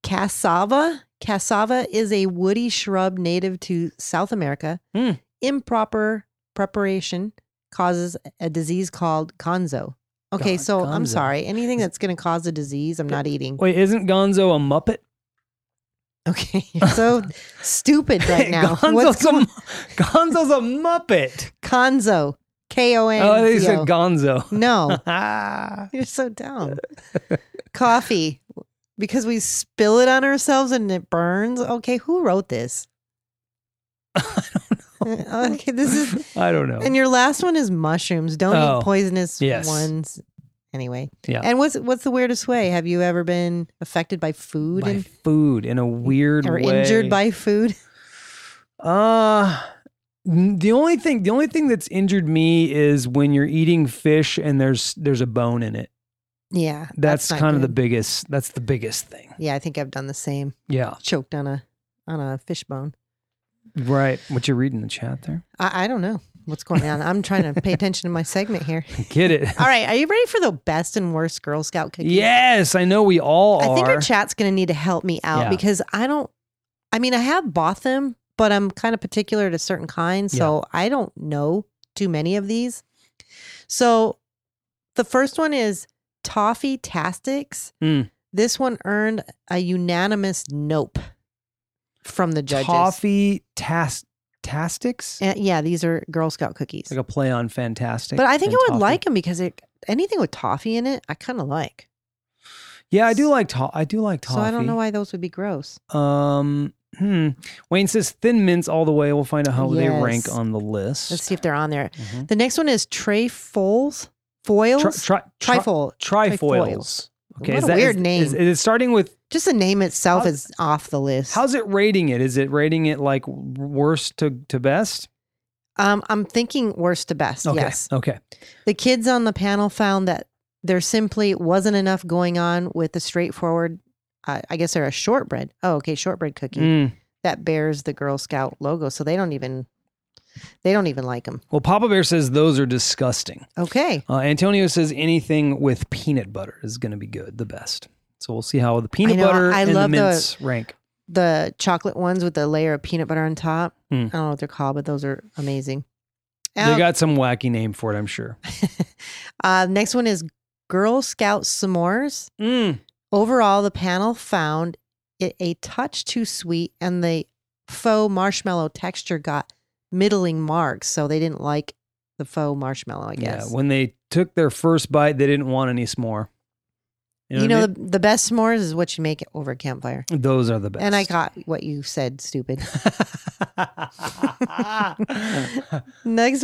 Speaker 2: Cassava. Cassava is a woody shrub native to South America.
Speaker 1: Hmm.
Speaker 2: Improper preparation causes a disease called gonzo. Okay,
Speaker 1: Gon-
Speaker 2: so I'm
Speaker 1: gonzo.
Speaker 2: sorry. Anything that's going to cause a disease, I'm not eating.
Speaker 1: Wait, isn't Gonzo a Muppet?
Speaker 2: Okay, you're so stupid right now.
Speaker 1: Gonzo's,
Speaker 2: What's
Speaker 1: a,
Speaker 2: going-
Speaker 1: mu- Gonzo's a Muppet.
Speaker 2: Gonzo? K O N.
Speaker 1: Oh, they
Speaker 2: Z
Speaker 1: said
Speaker 2: O.
Speaker 1: Gonzo.
Speaker 2: No.
Speaker 1: Ah.
Speaker 2: You're so dumb. Coffee, because we spill it on ourselves and it burns. Okay, who wrote this? Uh, okay, this is.
Speaker 1: I don't know.
Speaker 2: And your last one is mushrooms. Don't
Speaker 1: Oh,
Speaker 2: eat poisonous
Speaker 1: yes.
Speaker 2: ones. Anyway.
Speaker 1: Yeah.
Speaker 2: And what's what's the weirdest way? Have you ever been affected by food
Speaker 1: by
Speaker 2: and,
Speaker 1: food in a weird
Speaker 2: or
Speaker 1: way.
Speaker 2: injured by food?
Speaker 1: uh n- the only thing the only thing that's injured me is when you're eating fish and there's there's a bone in it.
Speaker 2: Yeah.
Speaker 1: That's,
Speaker 2: not
Speaker 1: kind of the
Speaker 2: good.
Speaker 1: biggest that's the biggest thing.
Speaker 2: Yeah, I think I've done the same.
Speaker 1: Yeah.
Speaker 2: Choked on a on a fish bone.
Speaker 1: Right. What you read in the chat there?
Speaker 2: I, I don't know. what's going on. I'm trying to pay attention to my segment here.
Speaker 1: Get it?
Speaker 2: All right, are you ready for the best and worst Girl Scout cookies?
Speaker 1: Yes, I know we all
Speaker 2: I
Speaker 1: are.
Speaker 2: think our chat's going to need to help me out
Speaker 1: Yeah.
Speaker 2: because I don't. I mean, I have bought them, but I'm kind of particular to certain kinds, so I don't know too many of these. So, the first one is Toffee Tastics.
Speaker 1: Mm.
Speaker 2: This one earned a unanimous nope from the judges.
Speaker 1: Toffee tas- tastics,
Speaker 2: Uh, yeah, these are Girl Scout cookies,
Speaker 1: like a play on fantastic.
Speaker 2: but I think I
Speaker 1: and
Speaker 2: would
Speaker 1: toffee.
Speaker 2: like them because it, anything with toffee in it, I kind of like.
Speaker 1: Yeah, I do like to- I do like toffee.
Speaker 2: So I don't know why those would be gross.
Speaker 1: Um, hmm. Wayne says thin mints all the way. We'll find out how they rank
Speaker 2: Yes.
Speaker 1: on the list.
Speaker 2: Let's see if they're on there.
Speaker 1: Mhm.
Speaker 2: The next one is Trey Foles. Foils?
Speaker 1: Tri- tri- tri-
Speaker 2: Trifle.
Speaker 1: trifoils. Okay,
Speaker 2: What
Speaker 1: is
Speaker 2: a
Speaker 1: that
Speaker 2: weird
Speaker 1: is-
Speaker 2: name.
Speaker 1: Is, is it starting with
Speaker 2: Just the name itself
Speaker 1: How-
Speaker 2: is off the list.
Speaker 1: how's it rating it? Is it rating it like worst to to best?
Speaker 2: um, I'm thinking worst to best.
Speaker 1: Okay.
Speaker 2: Yes.
Speaker 1: Okay.
Speaker 2: The kids on the panel found that there simply wasn't enough going on with the straightforward, uh, I guess they're a shortbread. Oh, okay. Shortbread cookie
Speaker 1: Mm.
Speaker 2: that bears the Girl Scout logo. So they don't even, they don't even like them.
Speaker 1: Well, Papa Bear says those are disgusting.
Speaker 2: Okay.
Speaker 1: Uh, Antonio says anything with peanut butter is going to be good, the best. So we'll see how the peanut
Speaker 2: know,
Speaker 1: butter
Speaker 2: I
Speaker 1: and
Speaker 2: love
Speaker 1: the
Speaker 2: the-
Speaker 1: mints rank.
Speaker 2: the chocolate ones with the layer of peanut butter on top.
Speaker 1: Mm.
Speaker 2: I don't know what they're called, but those are amazing.
Speaker 1: They
Speaker 2: Um,
Speaker 1: got some wacky name for it, I'm sure.
Speaker 2: uh, next one is Girl Scout s'mores.
Speaker 1: Mm.
Speaker 2: Overall, the panel found it a touch too sweet, and the faux marshmallow texture got middling marks, so they didn't like the faux marshmallow. I guess.
Speaker 1: Yeah, when they took their first bite, they didn't want any s'more.
Speaker 2: you know,
Speaker 1: what I mean?
Speaker 2: the, the best s'mores is what you make it over a campfire.
Speaker 1: those are the best.
Speaker 2: And I got what you said, stupid. Next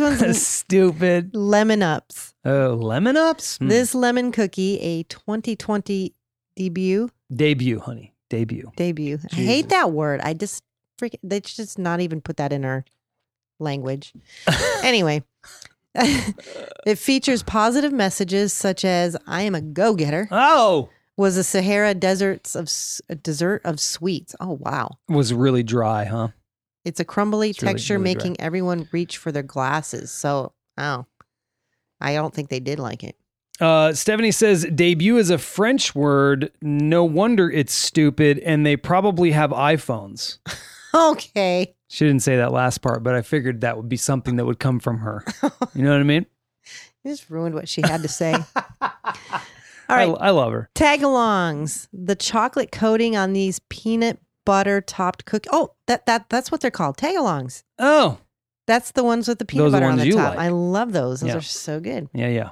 Speaker 2: one's
Speaker 1: Stupid.
Speaker 2: lemon ups.
Speaker 1: Oh, lemon ups. Mm.
Speaker 2: This lemon cookie, a 2020 debut,
Speaker 1: debut, honey, debut.
Speaker 2: debut. I
Speaker 1: Jesus.
Speaker 2: hate that word. I just freaking they should just not even put that in our language. anyway, it features positive messages such as "I am a go-getter."
Speaker 1: Oh,
Speaker 2: Was the Sahara deserts of s- a dessert of sweets? Oh wow!
Speaker 1: was really dry, huh?
Speaker 2: It's a crumbly
Speaker 1: It's really,
Speaker 2: texture,
Speaker 1: really dry.
Speaker 2: making everyone reach for their glasses. So, oh, I don't think they did like it.
Speaker 1: Uh, Stephanie says debut is a French word. No wonder it's stupid, and they probably have iPhones.
Speaker 2: Okay.
Speaker 1: She didn't say that last part, but I figured that would be something that would come from her. You know what I mean?
Speaker 2: You just ruined what she had to say. All
Speaker 1: I-
Speaker 2: right.
Speaker 1: I, love her.
Speaker 2: Tagalongs. The chocolate coating on these peanut butter topped cookies. Oh, that that that's what they're called. Tagalongs.
Speaker 1: Oh,
Speaker 2: That's the ones with the peanut
Speaker 1: Those are the
Speaker 2: butter on
Speaker 1: ones
Speaker 2: the
Speaker 1: you
Speaker 2: top.
Speaker 1: like.
Speaker 2: I love those. Those
Speaker 1: Yeah.
Speaker 2: are so good.
Speaker 1: yeah, yeah.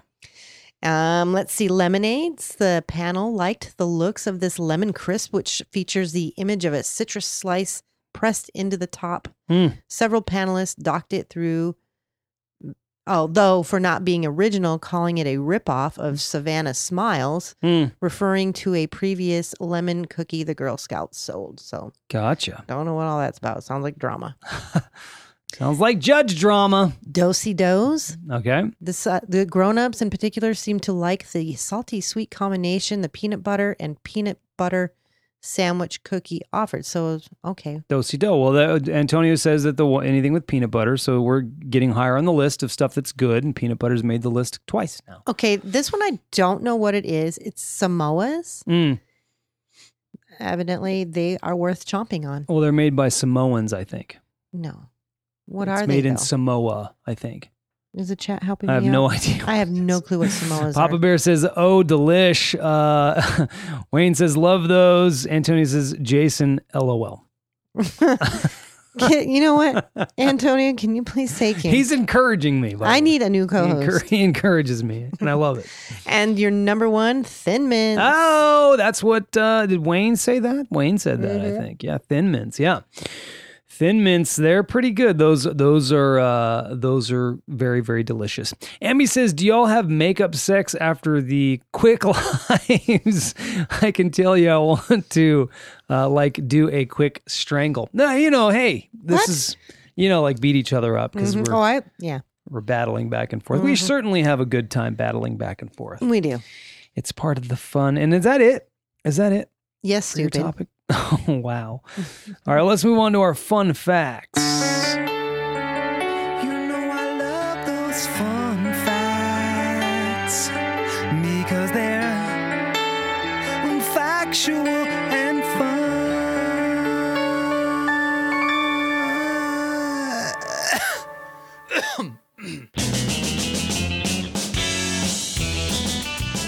Speaker 2: Um, let's see. Lemonades. The panel liked the looks of this lemon crisp, which features the image of a citrus slice pressed into the top.
Speaker 1: Mm.
Speaker 2: Several panelists docked it through, although for not being original, calling it a ripoff of Savannah Smiles
Speaker 1: Hmm.
Speaker 2: referring to a previous lemon cookie the Girl Scouts sold. So
Speaker 1: Gotcha.
Speaker 2: don't know what all that's about. Sounds like drama.
Speaker 1: Sounds like judge drama.
Speaker 2: Dosey does.
Speaker 1: Okay.
Speaker 2: This uh, the grown-ups in particular seem to like the salty sweet combination the peanut butter and peanut butter sandwich cookie offered. So okay,
Speaker 1: Do si do. Well, that, Antonio says that the one- anything with peanut butter, so we're getting higher on the list of stuff that's good, and peanut butter's made the list twice now.
Speaker 2: okay. This one I don't know what it is. It's Samoa's.
Speaker 1: Mm.
Speaker 2: Evidently, they are worth chomping on.
Speaker 1: Well, they're made by Samoans, I think.
Speaker 2: No, what
Speaker 1: it's
Speaker 2: are
Speaker 1: made
Speaker 2: they?
Speaker 1: in
Speaker 2: though?
Speaker 1: Samoa, I think.
Speaker 2: is the chat helping
Speaker 1: I have
Speaker 2: me out?
Speaker 1: no idea.
Speaker 2: I have no clue what Samoa's
Speaker 1: Papa
Speaker 2: are.
Speaker 1: Bear says, "Oh, delish." Uh, Wayne says, "Love those." Antonio says, "Jason, lol."
Speaker 2: Can- you know what, Antonio? Can you please take him?
Speaker 1: He's encouraging me. by
Speaker 2: I
Speaker 1: the
Speaker 2: need a
Speaker 1: way. He,
Speaker 2: new co-host.
Speaker 1: encour- he encourages me, and I love it.
Speaker 2: and your number one, Thin Mints.
Speaker 1: Oh, that's what uh, did Wayne say that? Wayne said that,
Speaker 2: Mm-hmm.
Speaker 1: I think. Yeah, thin mints. Yeah. Thin mints, they're pretty good. Those those are uh, those are very very delicious. Amy says, "Do y'all have makeup sex after the quick lives?" I can tell you, I want to uh, like do a quick strangle. No, you know, hey, this
Speaker 2: What?
Speaker 1: is you know like beat each other up because
Speaker 2: Mhm.
Speaker 1: we're
Speaker 2: Oh, I Mm-hmm. yeah,
Speaker 1: we're battling back and forth. We certainly have a good time battling back and forth.
Speaker 2: we do.
Speaker 1: It's part of the fun. And is that it? Is that it?
Speaker 2: Yes,
Speaker 1: for your
Speaker 2: stupid.
Speaker 1: topic? Oh, wow. All right, let's move on to our fun facts.
Speaker 3: You know I love It's fun facts because they're factual and fun.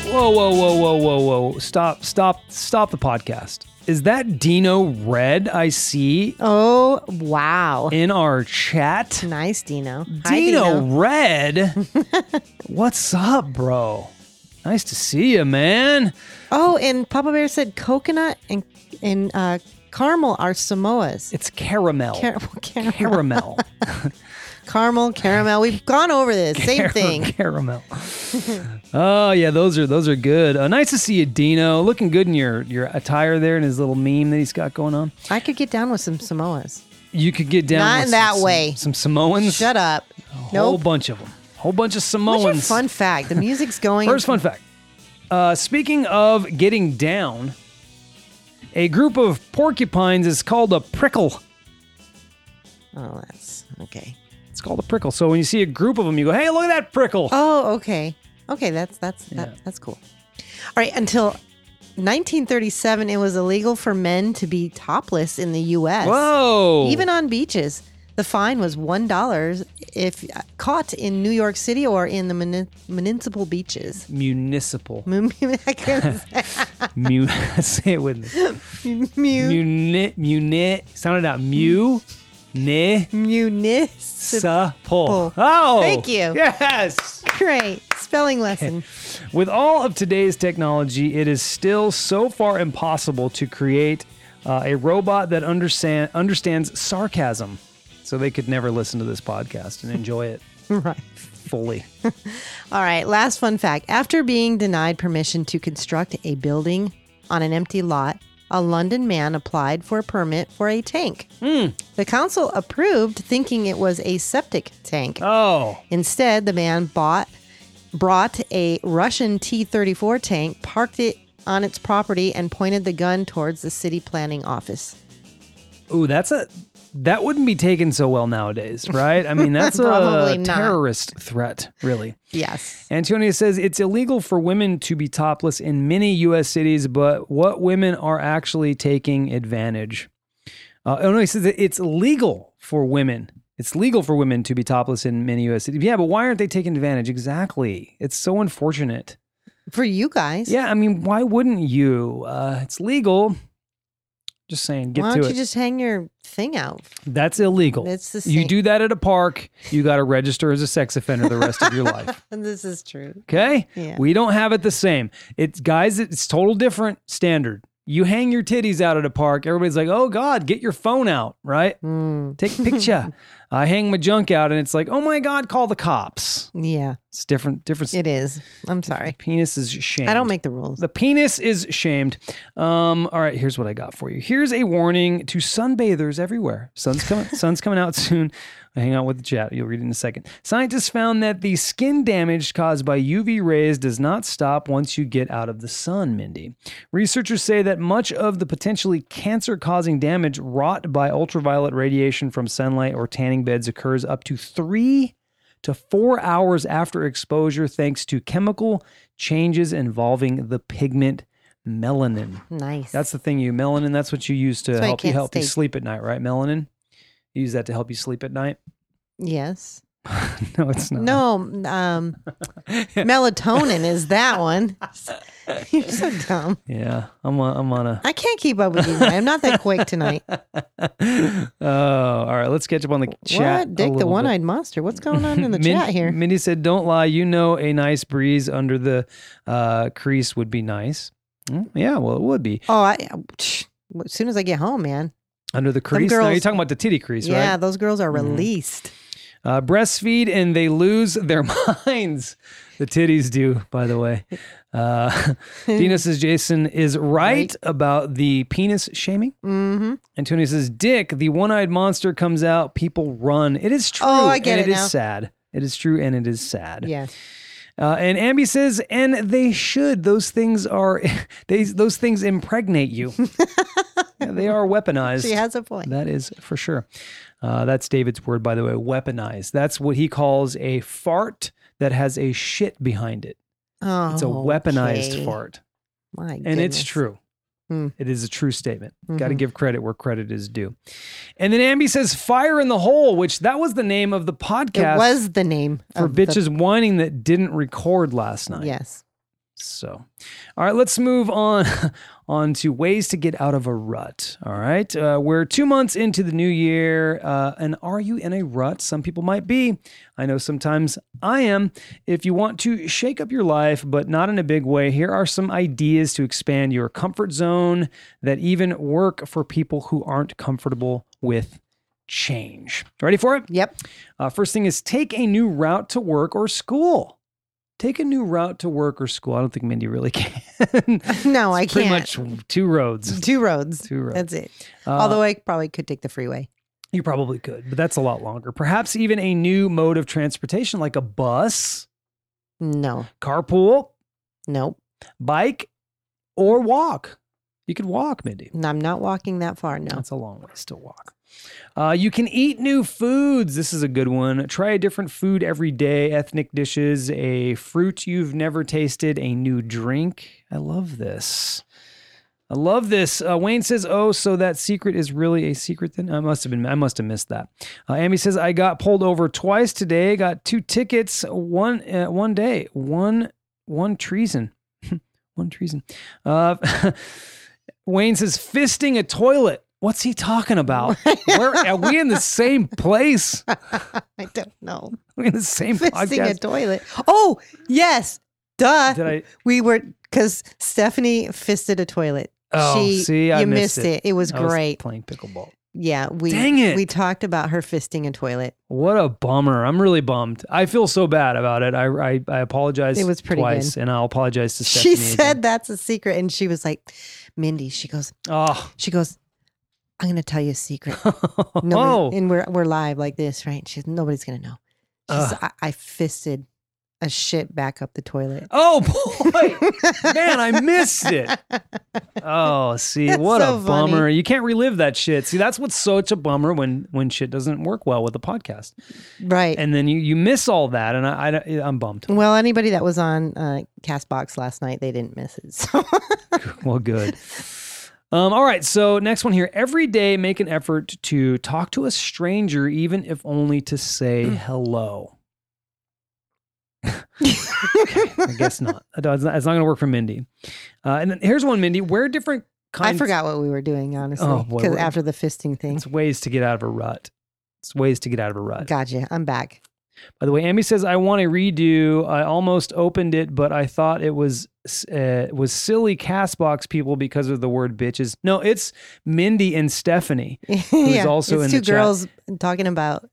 Speaker 1: Whoa, whoa, whoa, whoa, whoa, whoa! Stop, stop, stop the podcast. Is that Dino Red I see
Speaker 2: Oh, wow.
Speaker 1: in our chat?
Speaker 2: Nice, Dino. Hi,
Speaker 1: Dino Red, what's up, bro? Nice to see you, man.
Speaker 2: Oh, and Papa Bear said coconut and and uh, caramel are Samoas.
Speaker 1: It's caramel.
Speaker 2: Car- caramel,
Speaker 1: caramel.
Speaker 2: caramel, caramel. We've gone over this. Same thing.
Speaker 1: Caramel. oh yeah, those are those are good. Uh, nice to see you, Dino. Looking good in your your attire there and his little meme that he's got going on.
Speaker 2: I could get down with some Samoas.
Speaker 1: You could get down
Speaker 2: Not
Speaker 1: with some-
Speaker 2: in that
Speaker 1: some-
Speaker 2: way.
Speaker 1: Some, Samoans.
Speaker 2: Shut up.
Speaker 1: Whole
Speaker 2: Nope.
Speaker 1: bunch of them. Whole bunch of Samoans.
Speaker 2: What's your fun fact? The music's going.
Speaker 1: First fun fact. Uh, speaking of getting down, a group of porcupines is called a prickle.
Speaker 2: Oh, that's okay.
Speaker 1: It's called a prickle. So when you see a group of them, you go, "Hey, look at that prickle!"
Speaker 2: Oh, okay. Okay, that's that's that, that's cool. All right, until 1937 it was illegal for men to be topless in the US.
Speaker 1: Whoa!
Speaker 2: Even on beaches. The fine was $1 if uh, caught in New York City or in the muni- municipal beaches.
Speaker 1: municipal.
Speaker 2: Mu- mu- I couldn't say-
Speaker 1: Mu- say it with me.
Speaker 2: mu- Mm-hmm.
Speaker 1: Muni. Muni. Sound it out. Mu. Ni.
Speaker 2: Municipal.
Speaker 1: Supple. Oh,
Speaker 2: Thank you.
Speaker 1: Yes.
Speaker 2: Great. Spelling lesson.
Speaker 1: With all of today's technology, it is still so far impossible to create uh, a robot that understand, understands sarcasm. So they could never listen to this podcast and enjoy it
Speaker 2: Right.
Speaker 1: fully.
Speaker 2: All right, last fun fact. After being denied permission to construct a building on an empty lot, a London man applied for a permit for a tank.
Speaker 1: Hmm.
Speaker 2: The council approved, thinking it was a septic tank.
Speaker 1: Oh,
Speaker 2: Instead, the man bought brought a Russian T-34 tank, parked it on its property, and pointed the gun towards the city planning office.
Speaker 1: ooh, that's a that wouldn't be taken so well nowadays, right? I mean, that's a
Speaker 2: Probably not.
Speaker 1: terrorist threat, really.
Speaker 2: Yes.
Speaker 1: Antonia says it's illegal for women to be topless in many U.S. cities, but what women are actually taking advantage? Uh, oh no, he says that it's legal for women. It's legal for women to be topless in many U.S. cities. Yeah, but why aren't they taking advantage? Exactly. It's so unfortunate.
Speaker 2: For you guys.
Speaker 1: Yeah, I mean, why wouldn't you? Uh, it's legal. Just saying, get
Speaker 2: Why
Speaker 1: to
Speaker 2: don't
Speaker 1: it.
Speaker 2: you just hang your thing out?
Speaker 1: That's illegal.
Speaker 2: It's the
Speaker 1: You
Speaker 2: same-
Speaker 1: do that at a park, you got to register as a sex offender the rest of your life.
Speaker 2: This is true.
Speaker 1: Okay.
Speaker 2: Yeah.
Speaker 1: We don't have it the same. It's guys, it's total different standard. You hang your titties out at a park, everybody's like, oh God, get your phone out, right?
Speaker 2: Mm,
Speaker 1: Take a picture. I hang my junk out and it's like, oh my God, call the cops.
Speaker 2: yeah,
Speaker 1: It's different, different.
Speaker 2: it is. I'm sorry.
Speaker 1: Penis is shamed.
Speaker 2: I don't make the rules.
Speaker 1: The penis is shamed. Um, all right, here's what I got for you. Here's a warning to sunbathers everywhere. Sun's coming. sun's coming out soon. I hang out with the chat. You'll read it in a second. Scientists found that the skin damage caused by UV rays does not stop once you get out of the sun. Mindy, researchers say that much of the potentially cancer-causing damage wrought by ultraviolet radiation from sunlight or tanning beds occurs up to three to four hours after exposure thanks to chemical changes involving the pigment melanin.
Speaker 2: Nice.
Speaker 1: That's the thing you melanin. That's what you use to
Speaker 2: That's why I
Speaker 1: help you
Speaker 2: can't
Speaker 1: help you
Speaker 2: sleep.
Speaker 1: sleep at night, right? Melanin. You use that to help you sleep at night.
Speaker 2: yes.
Speaker 1: No, it's not.
Speaker 2: No, um, melatonin is that one. You're so dumb.
Speaker 1: Yeah, I'm on, I'm on a.
Speaker 2: I can't keep up with you. tonight. I'm not that quick tonight.
Speaker 1: Oh, all right. Let's catch up on the chat.
Speaker 2: what,
Speaker 1: a
Speaker 2: Dick, the
Speaker 1: little bit.
Speaker 2: one-eyed monster? What's going on in the
Speaker 1: Min-
Speaker 2: chat here?
Speaker 1: Mindy said, "Don't lie. You know, a nice breeze under the uh, crease would be nice. Mm, yeah, well, it would be
Speaker 2: Oh, I, psh, as soon as I get home, man.
Speaker 1: under the crease. now
Speaker 2: girls-
Speaker 1: you're talking about the titty crease, right? Mm-hmm.
Speaker 2: yeah, those girls are released.
Speaker 1: Uh, breastfeed and they lose their minds. The titties do, by the way. Uh, Dina says Jason is right,
Speaker 2: Right.
Speaker 1: about the penis shaming.
Speaker 2: Mm-hmm.
Speaker 1: Antonio says Dick, the one-eyed monster comes out, people run. It is true.
Speaker 2: Oh, I get
Speaker 1: and
Speaker 2: it
Speaker 1: It is
Speaker 2: now.
Speaker 1: sad. It is true and it is sad.
Speaker 2: Yeah.
Speaker 1: Uh, and Ambi says, and they should. Those things are, they those things impregnate you. they are weaponized.
Speaker 2: She has a point.
Speaker 1: That is for sure. Uh, that's David's word, by the way, weaponized. That's what he calls a fart that has a shit behind it.
Speaker 2: oh,
Speaker 1: It's a weaponized
Speaker 2: okay.
Speaker 1: fart.
Speaker 2: My
Speaker 1: And it's
Speaker 2: goodness.
Speaker 1: true.
Speaker 2: Hmm.
Speaker 1: It is a true statement. Got to
Speaker 2: Mhm.
Speaker 1: give credit where credit is due. And then Ambi says "Fire in the Hole," which that was the name of the podcast
Speaker 2: It was the name
Speaker 1: for
Speaker 2: of the-
Speaker 1: bitches whining that didn't record last night.
Speaker 2: Yes.
Speaker 1: So, all right, let's move on on to ways to get out of a rut. All right, uh, we're two months into the new year, uh, and are you in a rut? Some people might be. I know sometimes I am. If you want to shake up your life, but not in a big way, here are some ideas to expand your comfort zone that even work for people who aren't comfortable with change. Ready for it?
Speaker 2: Yep.
Speaker 1: Uh, first thing is take a new route to work or school. Take a new route to work or school. I don't think Mindy really can.
Speaker 2: No, I
Speaker 1: It's pretty
Speaker 2: can't.
Speaker 1: much two roads.
Speaker 2: Two roads.
Speaker 1: Two roads.
Speaker 2: That's it.
Speaker 1: Uh,
Speaker 2: Although I probably could take the freeway.
Speaker 1: you probably could, but that's a lot longer. Perhaps even a new mode of transportation like a bus,
Speaker 2: No.
Speaker 1: carpool,
Speaker 2: Nope.
Speaker 1: bike, or walk. You could walk, Mindy.
Speaker 2: And I'm not walking that far. No.
Speaker 1: That's a long ways to walk. Uh, you can eat new foods. This is a good one. Try a different food every day, ethnic dishes, a fruit you've never tasted, a new drink. I love this. I love this. Uh, Wayne says, "Oh, so that secret is really a secret then?" I must have been. I must have missed that. Uh, Amy says, "I got pulled over twice today. Got two tickets. One uh, one day. One one treason. one treason." Uh, Wayne says, fisting a toilet. What's he talking about? Where are we in the same place? Are
Speaker 2: I don't know.
Speaker 1: we in the same
Speaker 2: Fisting a
Speaker 1: podcast?
Speaker 2: toilet. Oh, yes. Duh.
Speaker 1: Did I?
Speaker 2: We were because Stephanie fisted a toilet.
Speaker 1: Oh,
Speaker 2: she,
Speaker 1: see, I
Speaker 2: you
Speaker 1: missed
Speaker 2: missed it. It was
Speaker 1: I
Speaker 2: great.
Speaker 1: playing pickleball.
Speaker 2: yeah, we
Speaker 1: Dang it.
Speaker 2: we talked about her fisting a toilet.
Speaker 1: What a bummer! I'm really bummed. I feel so bad about it. I I, I apologize.
Speaker 2: It was pretty
Speaker 1: twice, and I'll apologize to Stephanie.
Speaker 2: she said that's a secret, and she was like, "Mindy," she goes,
Speaker 1: "Oh,
Speaker 2: she goes, "I'm gonna tell you a secret."
Speaker 1: oh,
Speaker 2: Nobody, and we're we're live like this, right? She's nobody's gonna know. She's, I, I fisted a shit back up the toilet.
Speaker 1: oh, boy, man, I missed it." Oh, see,
Speaker 2: That's
Speaker 1: what
Speaker 2: so
Speaker 1: a
Speaker 2: funny.
Speaker 1: bummer! You can't relive that shit. See, that's what's such a bummer when when shit doesn't work well with the podcast.
Speaker 2: right.
Speaker 1: and then you you miss all that, and I, I am bummed.
Speaker 2: well, anybody that was on uh, Castbox last night, they didn't miss it. So
Speaker 1: Well, good. Um, all right, so next one here. Every day, make an effort to talk to a stranger, even if only to say
Speaker 2: Mm.
Speaker 1: hello. I guess not. It's not, going to work for Mindy. Uh, and then here's one, Mindy. Wear different
Speaker 2: I
Speaker 1: kinds.
Speaker 2: forgot what we were doing, honestly,
Speaker 1: Oh, boy,
Speaker 2: because
Speaker 1: we're-
Speaker 2: after the fisting thing.
Speaker 1: It's ways to get out of a rut. It's ways to get out of a rut.
Speaker 2: Gotcha. I'm back.
Speaker 1: By the way, Amy says I want a redo. I almost opened it, but I thought it was uh, was silly Castbox people because of the word bitches. No, it's Mindy and Stephanie.
Speaker 2: yeah.
Speaker 1: also
Speaker 2: it's
Speaker 1: in
Speaker 2: two
Speaker 1: the chat.
Speaker 2: girls talking about.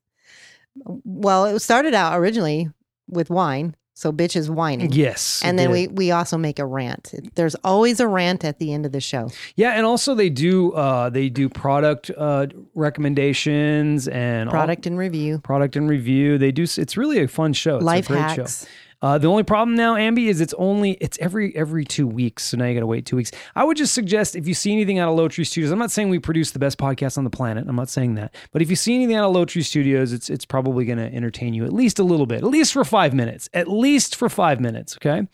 Speaker 2: Well, it started out originally with wine, so bitch is whining.
Speaker 1: Yes,
Speaker 2: Mm-hmm. And then
Speaker 1: it
Speaker 2: we,
Speaker 1: did.
Speaker 2: we also make a rant. There's always a rant at the end of the show.
Speaker 1: yeah, and also they do uh, they do product uh, recommendations and all-
Speaker 2: Product and review,
Speaker 1: product and review. They do. s- It's really a fun show. Oh, It's
Speaker 2: life
Speaker 1: a great show.
Speaker 2: hacks.
Speaker 1: Uh, the only problem now, Ambi, is it's only it's every every two weeks. So now you got to wait two weeks. I would just suggest if you see anything out of Low Tree Studios, I'm not saying we produce the best podcast on the planet. I'm not saying that, but if you see anything out of Low Tree Studios, it's it's probably going to entertain you at least a little bit, at least for five minutes, at least for five minutes. Okay,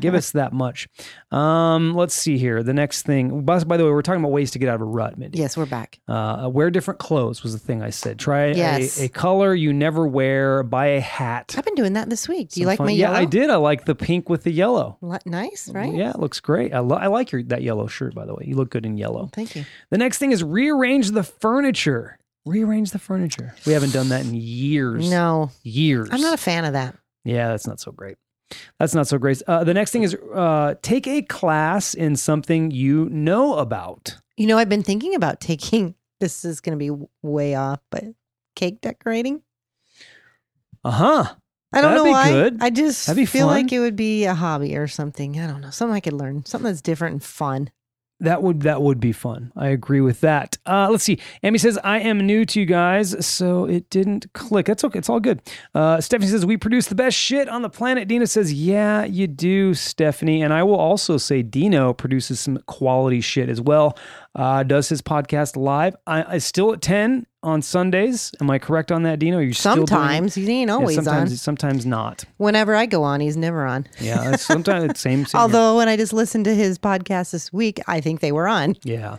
Speaker 1: give us that much. Um, let's see here. The next thing. By, by the way, we're talking about ways to get out of a rut, Mindy.
Speaker 2: Yes, we're back.
Speaker 1: Uh, wear different clothes was the thing I said. Try
Speaker 2: Yes.
Speaker 1: a, a color you never wear. Buy a hat.
Speaker 2: I've been doing that this week. Do you like
Speaker 1: Fun-
Speaker 2: my
Speaker 1: yeah,
Speaker 2: yellow?
Speaker 1: I did. I like the pink with the yellow.
Speaker 2: Li- Nice, right?
Speaker 1: Yeah, it looks great. I, lo- I like your that yellow shirt, by the way. You look good in yellow.
Speaker 2: Thank you.
Speaker 1: The next thing is rearrange the furniture. Rearrange the furniture. We haven't done that in years.
Speaker 2: No,
Speaker 1: Years.
Speaker 2: I'm not a fan of that.
Speaker 1: yeah, that's not so great. That's not so great. Uh, the next thing is uh, take a class in something you know about.
Speaker 2: You know, I've been thinking about taking this is going to be w- way off, but cake decorating.
Speaker 1: Uh huh.
Speaker 2: I don't
Speaker 1: That'd
Speaker 2: know
Speaker 1: be
Speaker 2: why.
Speaker 1: good.
Speaker 2: I just
Speaker 1: That'd be
Speaker 2: feel
Speaker 1: fun.
Speaker 2: like it would be a hobby or something. I don't know. Something I could learn. Something that's different and fun.
Speaker 1: That would that would be fun. I agree with that. Uh, let's see. Amy says I am new to you guys, so it didn't click. That's okay. It's all good. Uh, Stephanie says we produce the best shit on the planet. Dina says yeah, you do, Stephanie. And I will also say Dino produces some quality shit as well. uh, does his podcast live. I, I still at 10 on Sundays. Am I correct on that, Dino? You're
Speaker 2: Sometimes he
Speaker 1: still
Speaker 2: ain't
Speaker 1: doing,
Speaker 2: always
Speaker 1: yeah,
Speaker 2: on.
Speaker 1: sometimes, sometimes not.
Speaker 2: Whenever I go on, he's never on.
Speaker 1: Yeah, it's sometimes it's same. same
Speaker 2: Although when I just listened to his podcast this week, I think they were on.
Speaker 1: Yeah.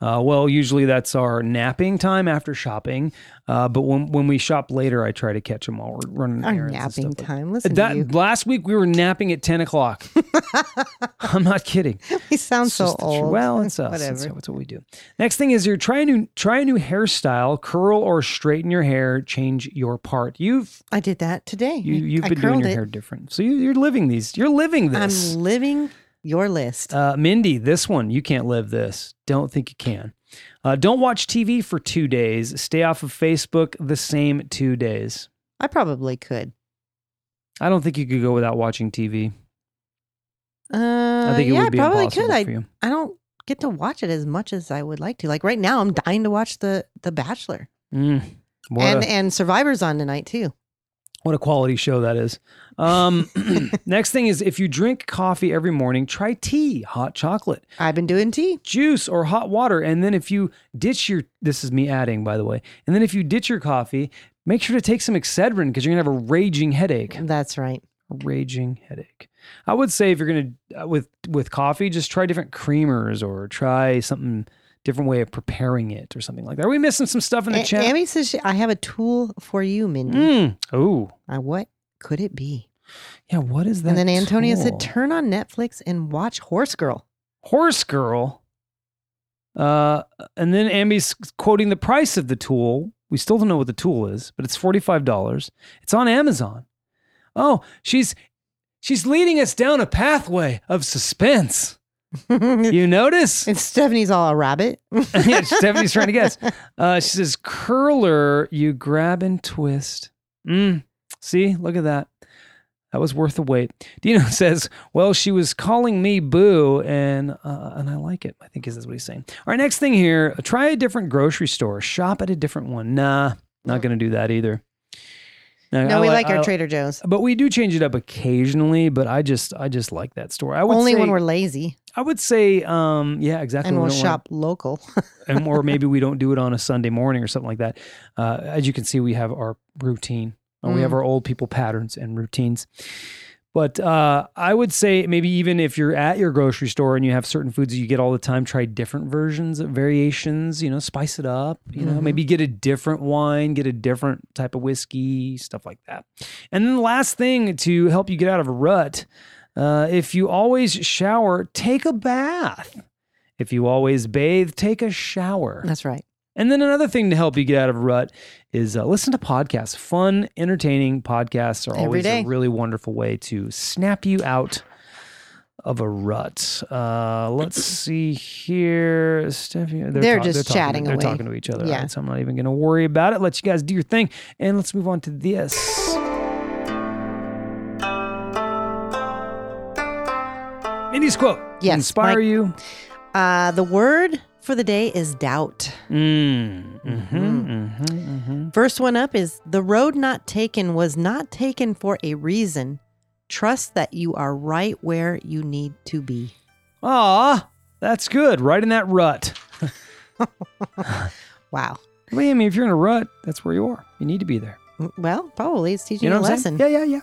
Speaker 1: Uh, well, usually that's our napping time after shopping. Uh, but when when we shop later, I try to catch them while we're running
Speaker 2: Our
Speaker 1: errands and stuff
Speaker 2: napping
Speaker 1: like
Speaker 2: time. Listen
Speaker 1: that.
Speaker 2: to you.
Speaker 1: Last week we were napping at ten o'clock. I'm not kidding.
Speaker 2: He sounds
Speaker 1: It's
Speaker 2: so
Speaker 1: just the truth.
Speaker 2: old.
Speaker 1: Well, it's us. It's,
Speaker 2: Whatever.
Speaker 1: it's what we do. Next thing is you're trying to try a new hairstyle, curl or straighten your hair, change your part. You've
Speaker 2: I did that today.
Speaker 1: you, you've
Speaker 2: I
Speaker 1: been doing
Speaker 2: curled
Speaker 1: your
Speaker 2: it.
Speaker 1: hair different, so you, you're living these. You're living this.
Speaker 2: I'm living your list.
Speaker 1: Uh, Mindy, this one, you can't live this. Don't think you can. Uh, don't watch TV for two days. Stay off of Facebook the same two days.
Speaker 2: I probably could.
Speaker 1: I don't think you could go without watching TV.
Speaker 2: Uh,
Speaker 1: I think it
Speaker 2: yeah,
Speaker 1: would be
Speaker 2: I probably
Speaker 1: impossible
Speaker 2: could.
Speaker 1: for
Speaker 2: I,
Speaker 1: you.
Speaker 2: I don't get to watch it as much as I would like to. Like right now, I'm dying to watch the The Bachelor
Speaker 1: Mm, what,
Speaker 2: and
Speaker 1: a,
Speaker 2: and Survivor's on tonight too.
Speaker 1: what a quality show that is. Um, next thing is if you drink coffee every morning, try tea, hot chocolate.
Speaker 2: I've been doing tea.
Speaker 1: juice or hot water. And then if you ditch your, this is me adding, by the way, and then if you ditch your coffee, make sure to take some Excedrin because you're going to have a raging headache.
Speaker 2: That's right.
Speaker 1: A raging headache. I would say if you're going to, with, with coffee, just try different creamers or try something different way of preparing it or something like that. Are we missing some stuff in the
Speaker 2: A-
Speaker 1: chat?
Speaker 2: Amy says she, I have a tool for you, Mindy.
Speaker 1: Mm. Oh,
Speaker 2: Uh, what could it be?
Speaker 1: yeah. What is that?
Speaker 2: and then Antonia said,
Speaker 1: tool?
Speaker 2: "Turn on Netflix and watch Horse Girl."
Speaker 1: horse girl. Uh, and then Amy's quoting the price of the tool. We still don't know what the tool is, but it's forty five dollars. It's on Amazon. Oh, she's she's leading us down a pathway of suspense. You notice?
Speaker 2: and Stephanie's all a rabbit.
Speaker 1: Stephanie's trying to guess. Uh, she says, "Curler, you grab and twist." Mm, see, look at that. That was worth the wait. Dino says, "Well, she was calling me boo, and uh, and I like it. I think is what he's saying." All right, next thing here: try a different grocery store, shop at a different one. Nah, not gonna do that either.
Speaker 2: no,
Speaker 1: I
Speaker 2: we
Speaker 1: li-
Speaker 2: like our
Speaker 1: I-
Speaker 2: Trader Joe's.
Speaker 1: but we do change it up occasionally. But I just, I just like that store. I would
Speaker 2: Only
Speaker 1: say,
Speaker 2: when we're lazy
Speaker 1: I would say, um, yeah, exactly.
Speaker 2: and
Speaker 1: We
Speaker 2: we'll
Speaker 1: don't wanna-
Speaker 2: shop local.
Speaker 1: and or maybe we don't do it on a Sunday morning or something like that. Uh, as you can see, we have our routine. Uh, We have our old people patterns and routines. But uh, I would say maybe even if you're at your grocery store and you have certain foods that you get all the time, try different versions, variations. You know, spice it up. You know,
Speaker 2: Mhm.
Speaker 1: maybe get a different wine, get a different type of whiskey, stuff like that. And then the last thing to help you get out of a rut, uh, if you always shower, take a bath. If you always bathe, take a shower.
Speaker 2: That's right.
Speaker 1: And then another thing to help you get out of a rut is uh, listen to podcasts. Fun, entertaining podcasts are
Speaker 2: Every
Speaker 1: always
Speaker 2: day.
Speaker 1: a really wonderful way to snap you out of a rut. Uh, let's see here. Stephanie, they're,
Speaker 2: They're just chatting
Speaker 1: They're
Speaker 2: away.
Speaker 1: talking to each other.
Speaker 2: Yeah.
Speaker 1: Yeah. So I'm not even going to worry about it. Let you guys do your thing. And let's move on to this. Mindy's quote.
Speaker 2: Yes,
Speaker 1: Inspire
Speaker 2: Mike.
Speaker 1: you.
Speaker 2: Uh, the word for the day is doubt.
Speaker 1: Mm,
Speaker 2: Mhm.
Speaker 1: mhm, mhm, mhm.
Speaker 2: First one up is the road not taken was not taken for a reason. Trust that you are right where you need to be.
Speaker 1: Aw, that's good. Right in that rut.
Speaker 2: Wow.
Speaker 1: What do you mean? If you're in a rut, that's where you are. You need to be there.
Speaker 2: Well, probably it's
Speaker 1: You
Speaker 2: teaching you,
Speaker 1: know
Speaker 2: a
Speaker 1: what I'm
Speaker 2: lesson.
Speaker 1: saying? Yeah, yeah, yeah.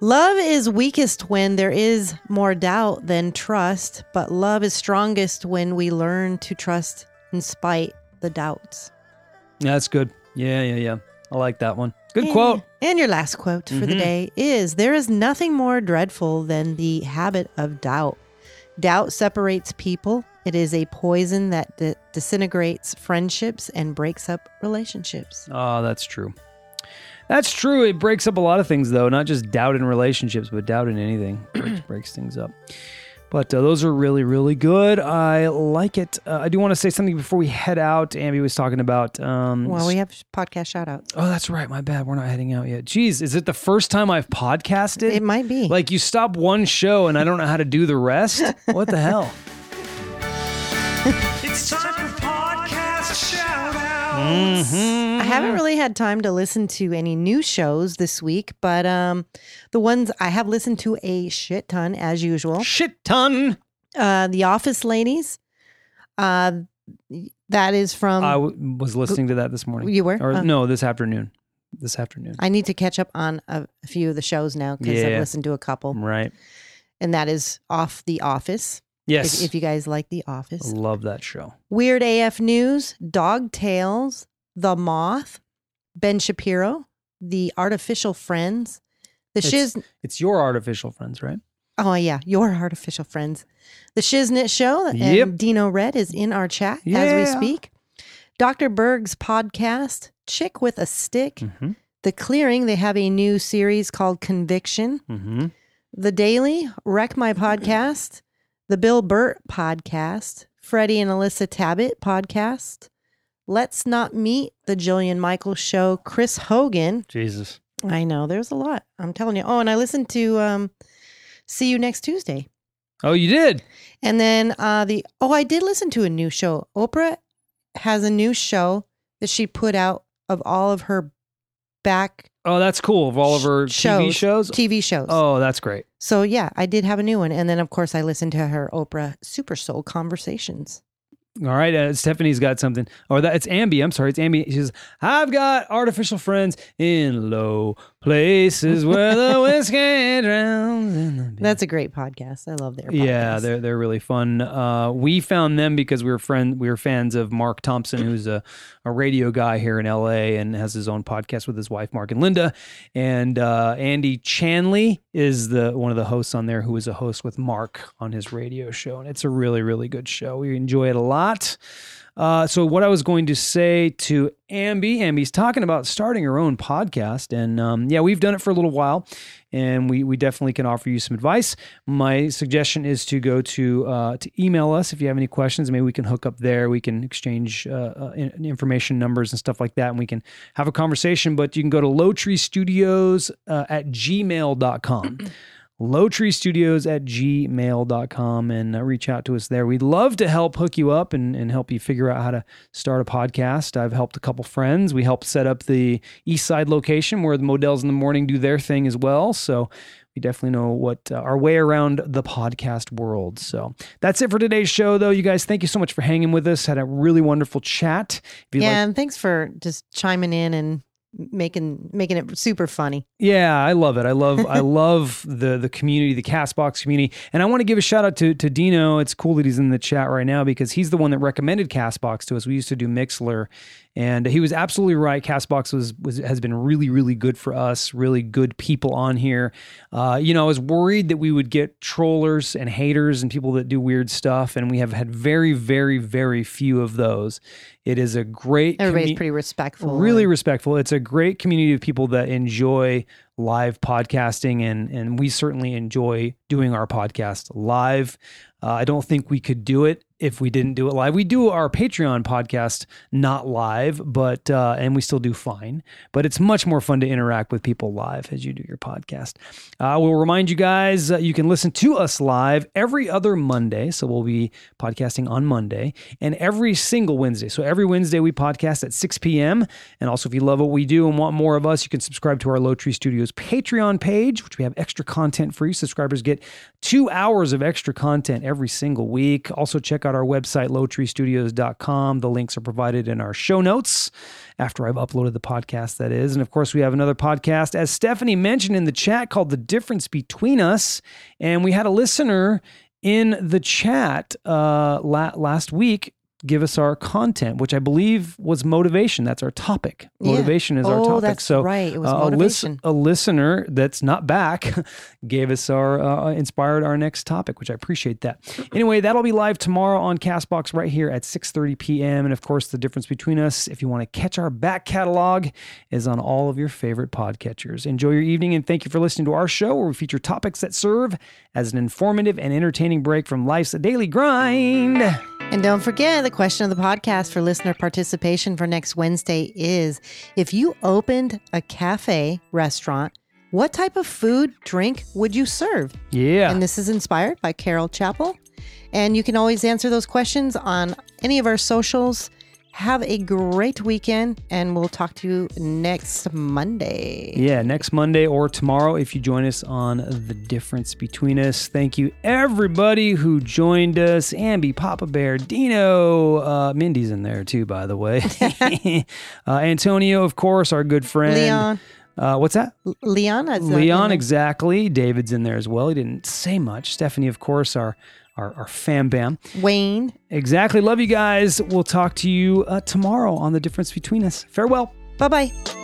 Speaker 2: Love is weakest when there is more doubt than trust, but love is strongest when we learn to trust in spite the doubts.
Speaker 1: Yeah, That's good. Yeah, yeah, yeah. I like that one. Good
Speaker 2: And-
Speaker 1: quote.
Speaker 2: And your last quote for the
Speaker 1: Mhm.
Speaker 2: day is There is nothing more dreadful than the habit of doubt. Doubt separates people, it is a poison that di- disintegrates friendships and breaks up relationships.
Speaker 1: Oh, that's true. That's true. It breaks up a lot of things, though. Not just doubt in relationships, but doubt in anything breaks, breaks things up. But uh, those are really, really good. I like it. Uh, I do want to say something before we head out. Ambi was talking about. Um,
Speaker 2: Well, we have sh- podcast shout outs.
Speaker 1: oh, that's right. My bad. We're not heading out yet. Jeez, is it the first time I've podcasted?
Speaker 2: It might be.
Speaker 1: Like you stop one show and I don't know how to do the rest. What the hell?
Speaker 3: It's time for podcast shout out.
Speaker 1: Mm-hmm.
Speaker 2: I haven't really had time to listen to any new shows this week, but um, the ones I have listened to a shit ton as usual.
Speaker 1: Shit ton.
Speaker 2: Uh, the Office Ladies. Uh, that is from.
Speaker 1: I w- was listening to that this morning.
Speaker 2: you were?
Speaker 1: Or
Speaker 2: Oh.
Speaker 1: no, this afternoon. This afternoon.
Speaker 2: I need to catch up on a a few of the shows now because
Speaker 1: Yeah. Mm.
Speaker 2: I've listened to a couple,
Speaker 1: right.
Speaker 2: and that is off The Office.
Speaker 1: Yes.
Speaker 2: If, if you guys like The Office,
Speaker 1: Love that show.
Speaker 2: Weird AF News, Dog Tales, The Moth, Ben Shapiro, The Artificial Friends, The
Speaker 1: It's-
Speaker 2: Shiz.
Speaker 1: It's your artificial friends, right?
Speaker 2: Oh yeah, your artificial friends, The Shiznit Show, and
Speaker 1: Yep.
Speaker 2: Dino Red is in our chat as
Speaker 1: Yeah.
Speaker 2: we speak. Dr. Berg's podcast, Chick with a Stick,
Speaker 1: Mm-hmm.
Speaker 2: The Clearing. They have a new series called Conviction.
Speaker 1: Mm-hmm.
Speaker 2: The Daily, Wreck My Podcast, The Bill Burt Podcast, Freddie and Alyssa Tabbitt Podcast, Let's Not Meet, The Jillian Michaels Show, Chris Hogan.
Speaker 1: Jesus.
Speaker 2: I know there's a lot. I'm telling you. Oh, and I listened to um, See You Next Tuesday.
Speaker 1: Oh, you did.
Speaker 2: And then uh, the, oh, I did listen to a new show. Oprah has a new show that she put out of all of her back
Speaker 1: Oh, that's cool. Of all of her TV shows.
Speaker 2: TV shows.
Speaker 1: Oh, that's great.
Speaker 2: So yeah, I did have a new one, and then of course I listened to her Oprah Super Soul Conversations.
Speaker 1: All right, uh, Stephanie's got something. Or that it's Ambi. I'm sorry, it's Ambi. She says, "I've got artificial friends in low places where the whiskey drowns." In the beer.
Speaker 2: That's a great podcast. I love their podcast.
Speaker 1: Yeah, they're they're really fun. Uh, we found them because we were friend we were fans of Mark Thompson, who's a, a radio guy here in LA and has his own podcast with his wife Mark and Linda. And uh, Andy Chanley is the one of the hosts on there who was a host with Mark on his radio show, and it's a really really good show. We enjoy it a lot. Uh, so what I was going to say to Ambi, Ambi's talking about starting her own podcast, and um, yeah, we've done it for a little while, and we we definitely can offer you some advice. My suggestion is to go to uh, to email us if you have any questions. Maybe we can hook up there. We can exchange uh, uh, in- information, numbers, and stuff like that, and we can have a conversation. But you can go to lowtreestudios uh, at gmail.com. lowtreestudios at gmail.com and uh, reach out to us there. We'd love to help hook you up and, and help you figure out how to start a podcast. I've helped a couple friends. We helped set up the East Side location where the Models in the Morning do their thing as well. So we definitely know what uh, our way around the podcast world. So that's it for today's show, though. You guys, thank you so much for hanging with us. Had a really wonderful chat. If you'd
Speaker 2: yeah,
Speaker 1: like
Speaker 2: and thanks for just chiming in and making making it super funny.
Speaker 1: Yeah, I love it. I love I love the the community, the Castbox community. And I want to give a shout out to to Dino. It's cool that he's in the chat right now because he's the one that recommended Castbox to us. We used to do Mixler and he was absolutely right. Castbox was, was has been really really good for us. Really good people on here. Uh, you know, I was worried that we would get trollers and haters and people that do weird stuff and we have had very very very few of those. It is a great
Speaker 2: Everybody's
Speaker 1: commu-
Speaker 2: pretty respectful.
Speaker 1: Really respectful. It's a great community of people that enjoy live podcasting, and and we certainly enjoy doing our podcast live. Uh, I don't think we could do it if we didn't do it live. We do our Patreon podcast not live, but uh, and we still do fine. But it's much more fun to interact with people live as you do your podcast. Uh, I will remind you guys uh, you can listen to us live every other Monday. So we'll be podcasting on Monday and every single Wednesday. So every Wednesday we podcast at 6 p.m. And also, if you love what we do and want more of us, you can subscribe to our Low Tree Studios Patreon page, which we have extra content for you. Subscribers get two hours of extra content every single week. Also, check out our website, lowtreestudios.com. The links are provided in our show notes after I've uploaded the podcast, that is. And of course, we have another podcast, as Stephanie mentioned in the chat, called The Difference Between Us. And we had a listener in the chat uh, la- last week give us our content, which I believe was motivation. That's our topic.
Speaker 2: Yeah.
Speaker 1: Motivation is our
Speaker 2: Oh,
Speaker 1: topic.
Speaker 2: that's
Speaker 1: so
Speaker 2: right. It was
Speaker 1: uh, a, lis-
Speaker 2: motivation.
Speaker 1: a listener that's not back gave us our uh, inspired our next topic, which I appreciate that. Anyway, that'll be live tomorrow on Castbox right here at 6:30 p.m. And of course, the difference between us, if you want to catch our back catalog, is on all of your favorite podcatchers. Enjoy your evening and thank you for listening to our show where we feature topics that serve as an informative and entertaining break from life's daily grind.
Speaker 2: And don't forget the question of the podcast for listener participation for next Wednesday is if you opened a cafe restaurant, what type of food, drink would you serve?
Speaker 1: Yeah.
Speaker 2: And this is inspired by Carol Chapel. And you can always answer those questions on any of our socials Have a great weekend, and we'll talk to you next Monday.
Speaker 1: Yeah, next Monday or tomorrow if you join us on The Difference Between Us. Thank you, everybody who joined us. Ambi, Papa Bear, Dino, uh, Mindy's in there too, by the way. uh, Antonio, of course, our good friend.
Speaker 2: Leon.
Speaker 1: Uh, what's that?
Speaker 2: L- Leon, is that-
Speaker 1: Leon, exactly. David's in there as well. He didn't say much. Stephanie, of course, our, our, our fam bam.
Speaker 2: Wayne.
Speaker 1: Exactly. Love you guys. We'll talk to you uh, tomorrow on The Difference Between Us. Farewell.
Speaker 2: Bye bye.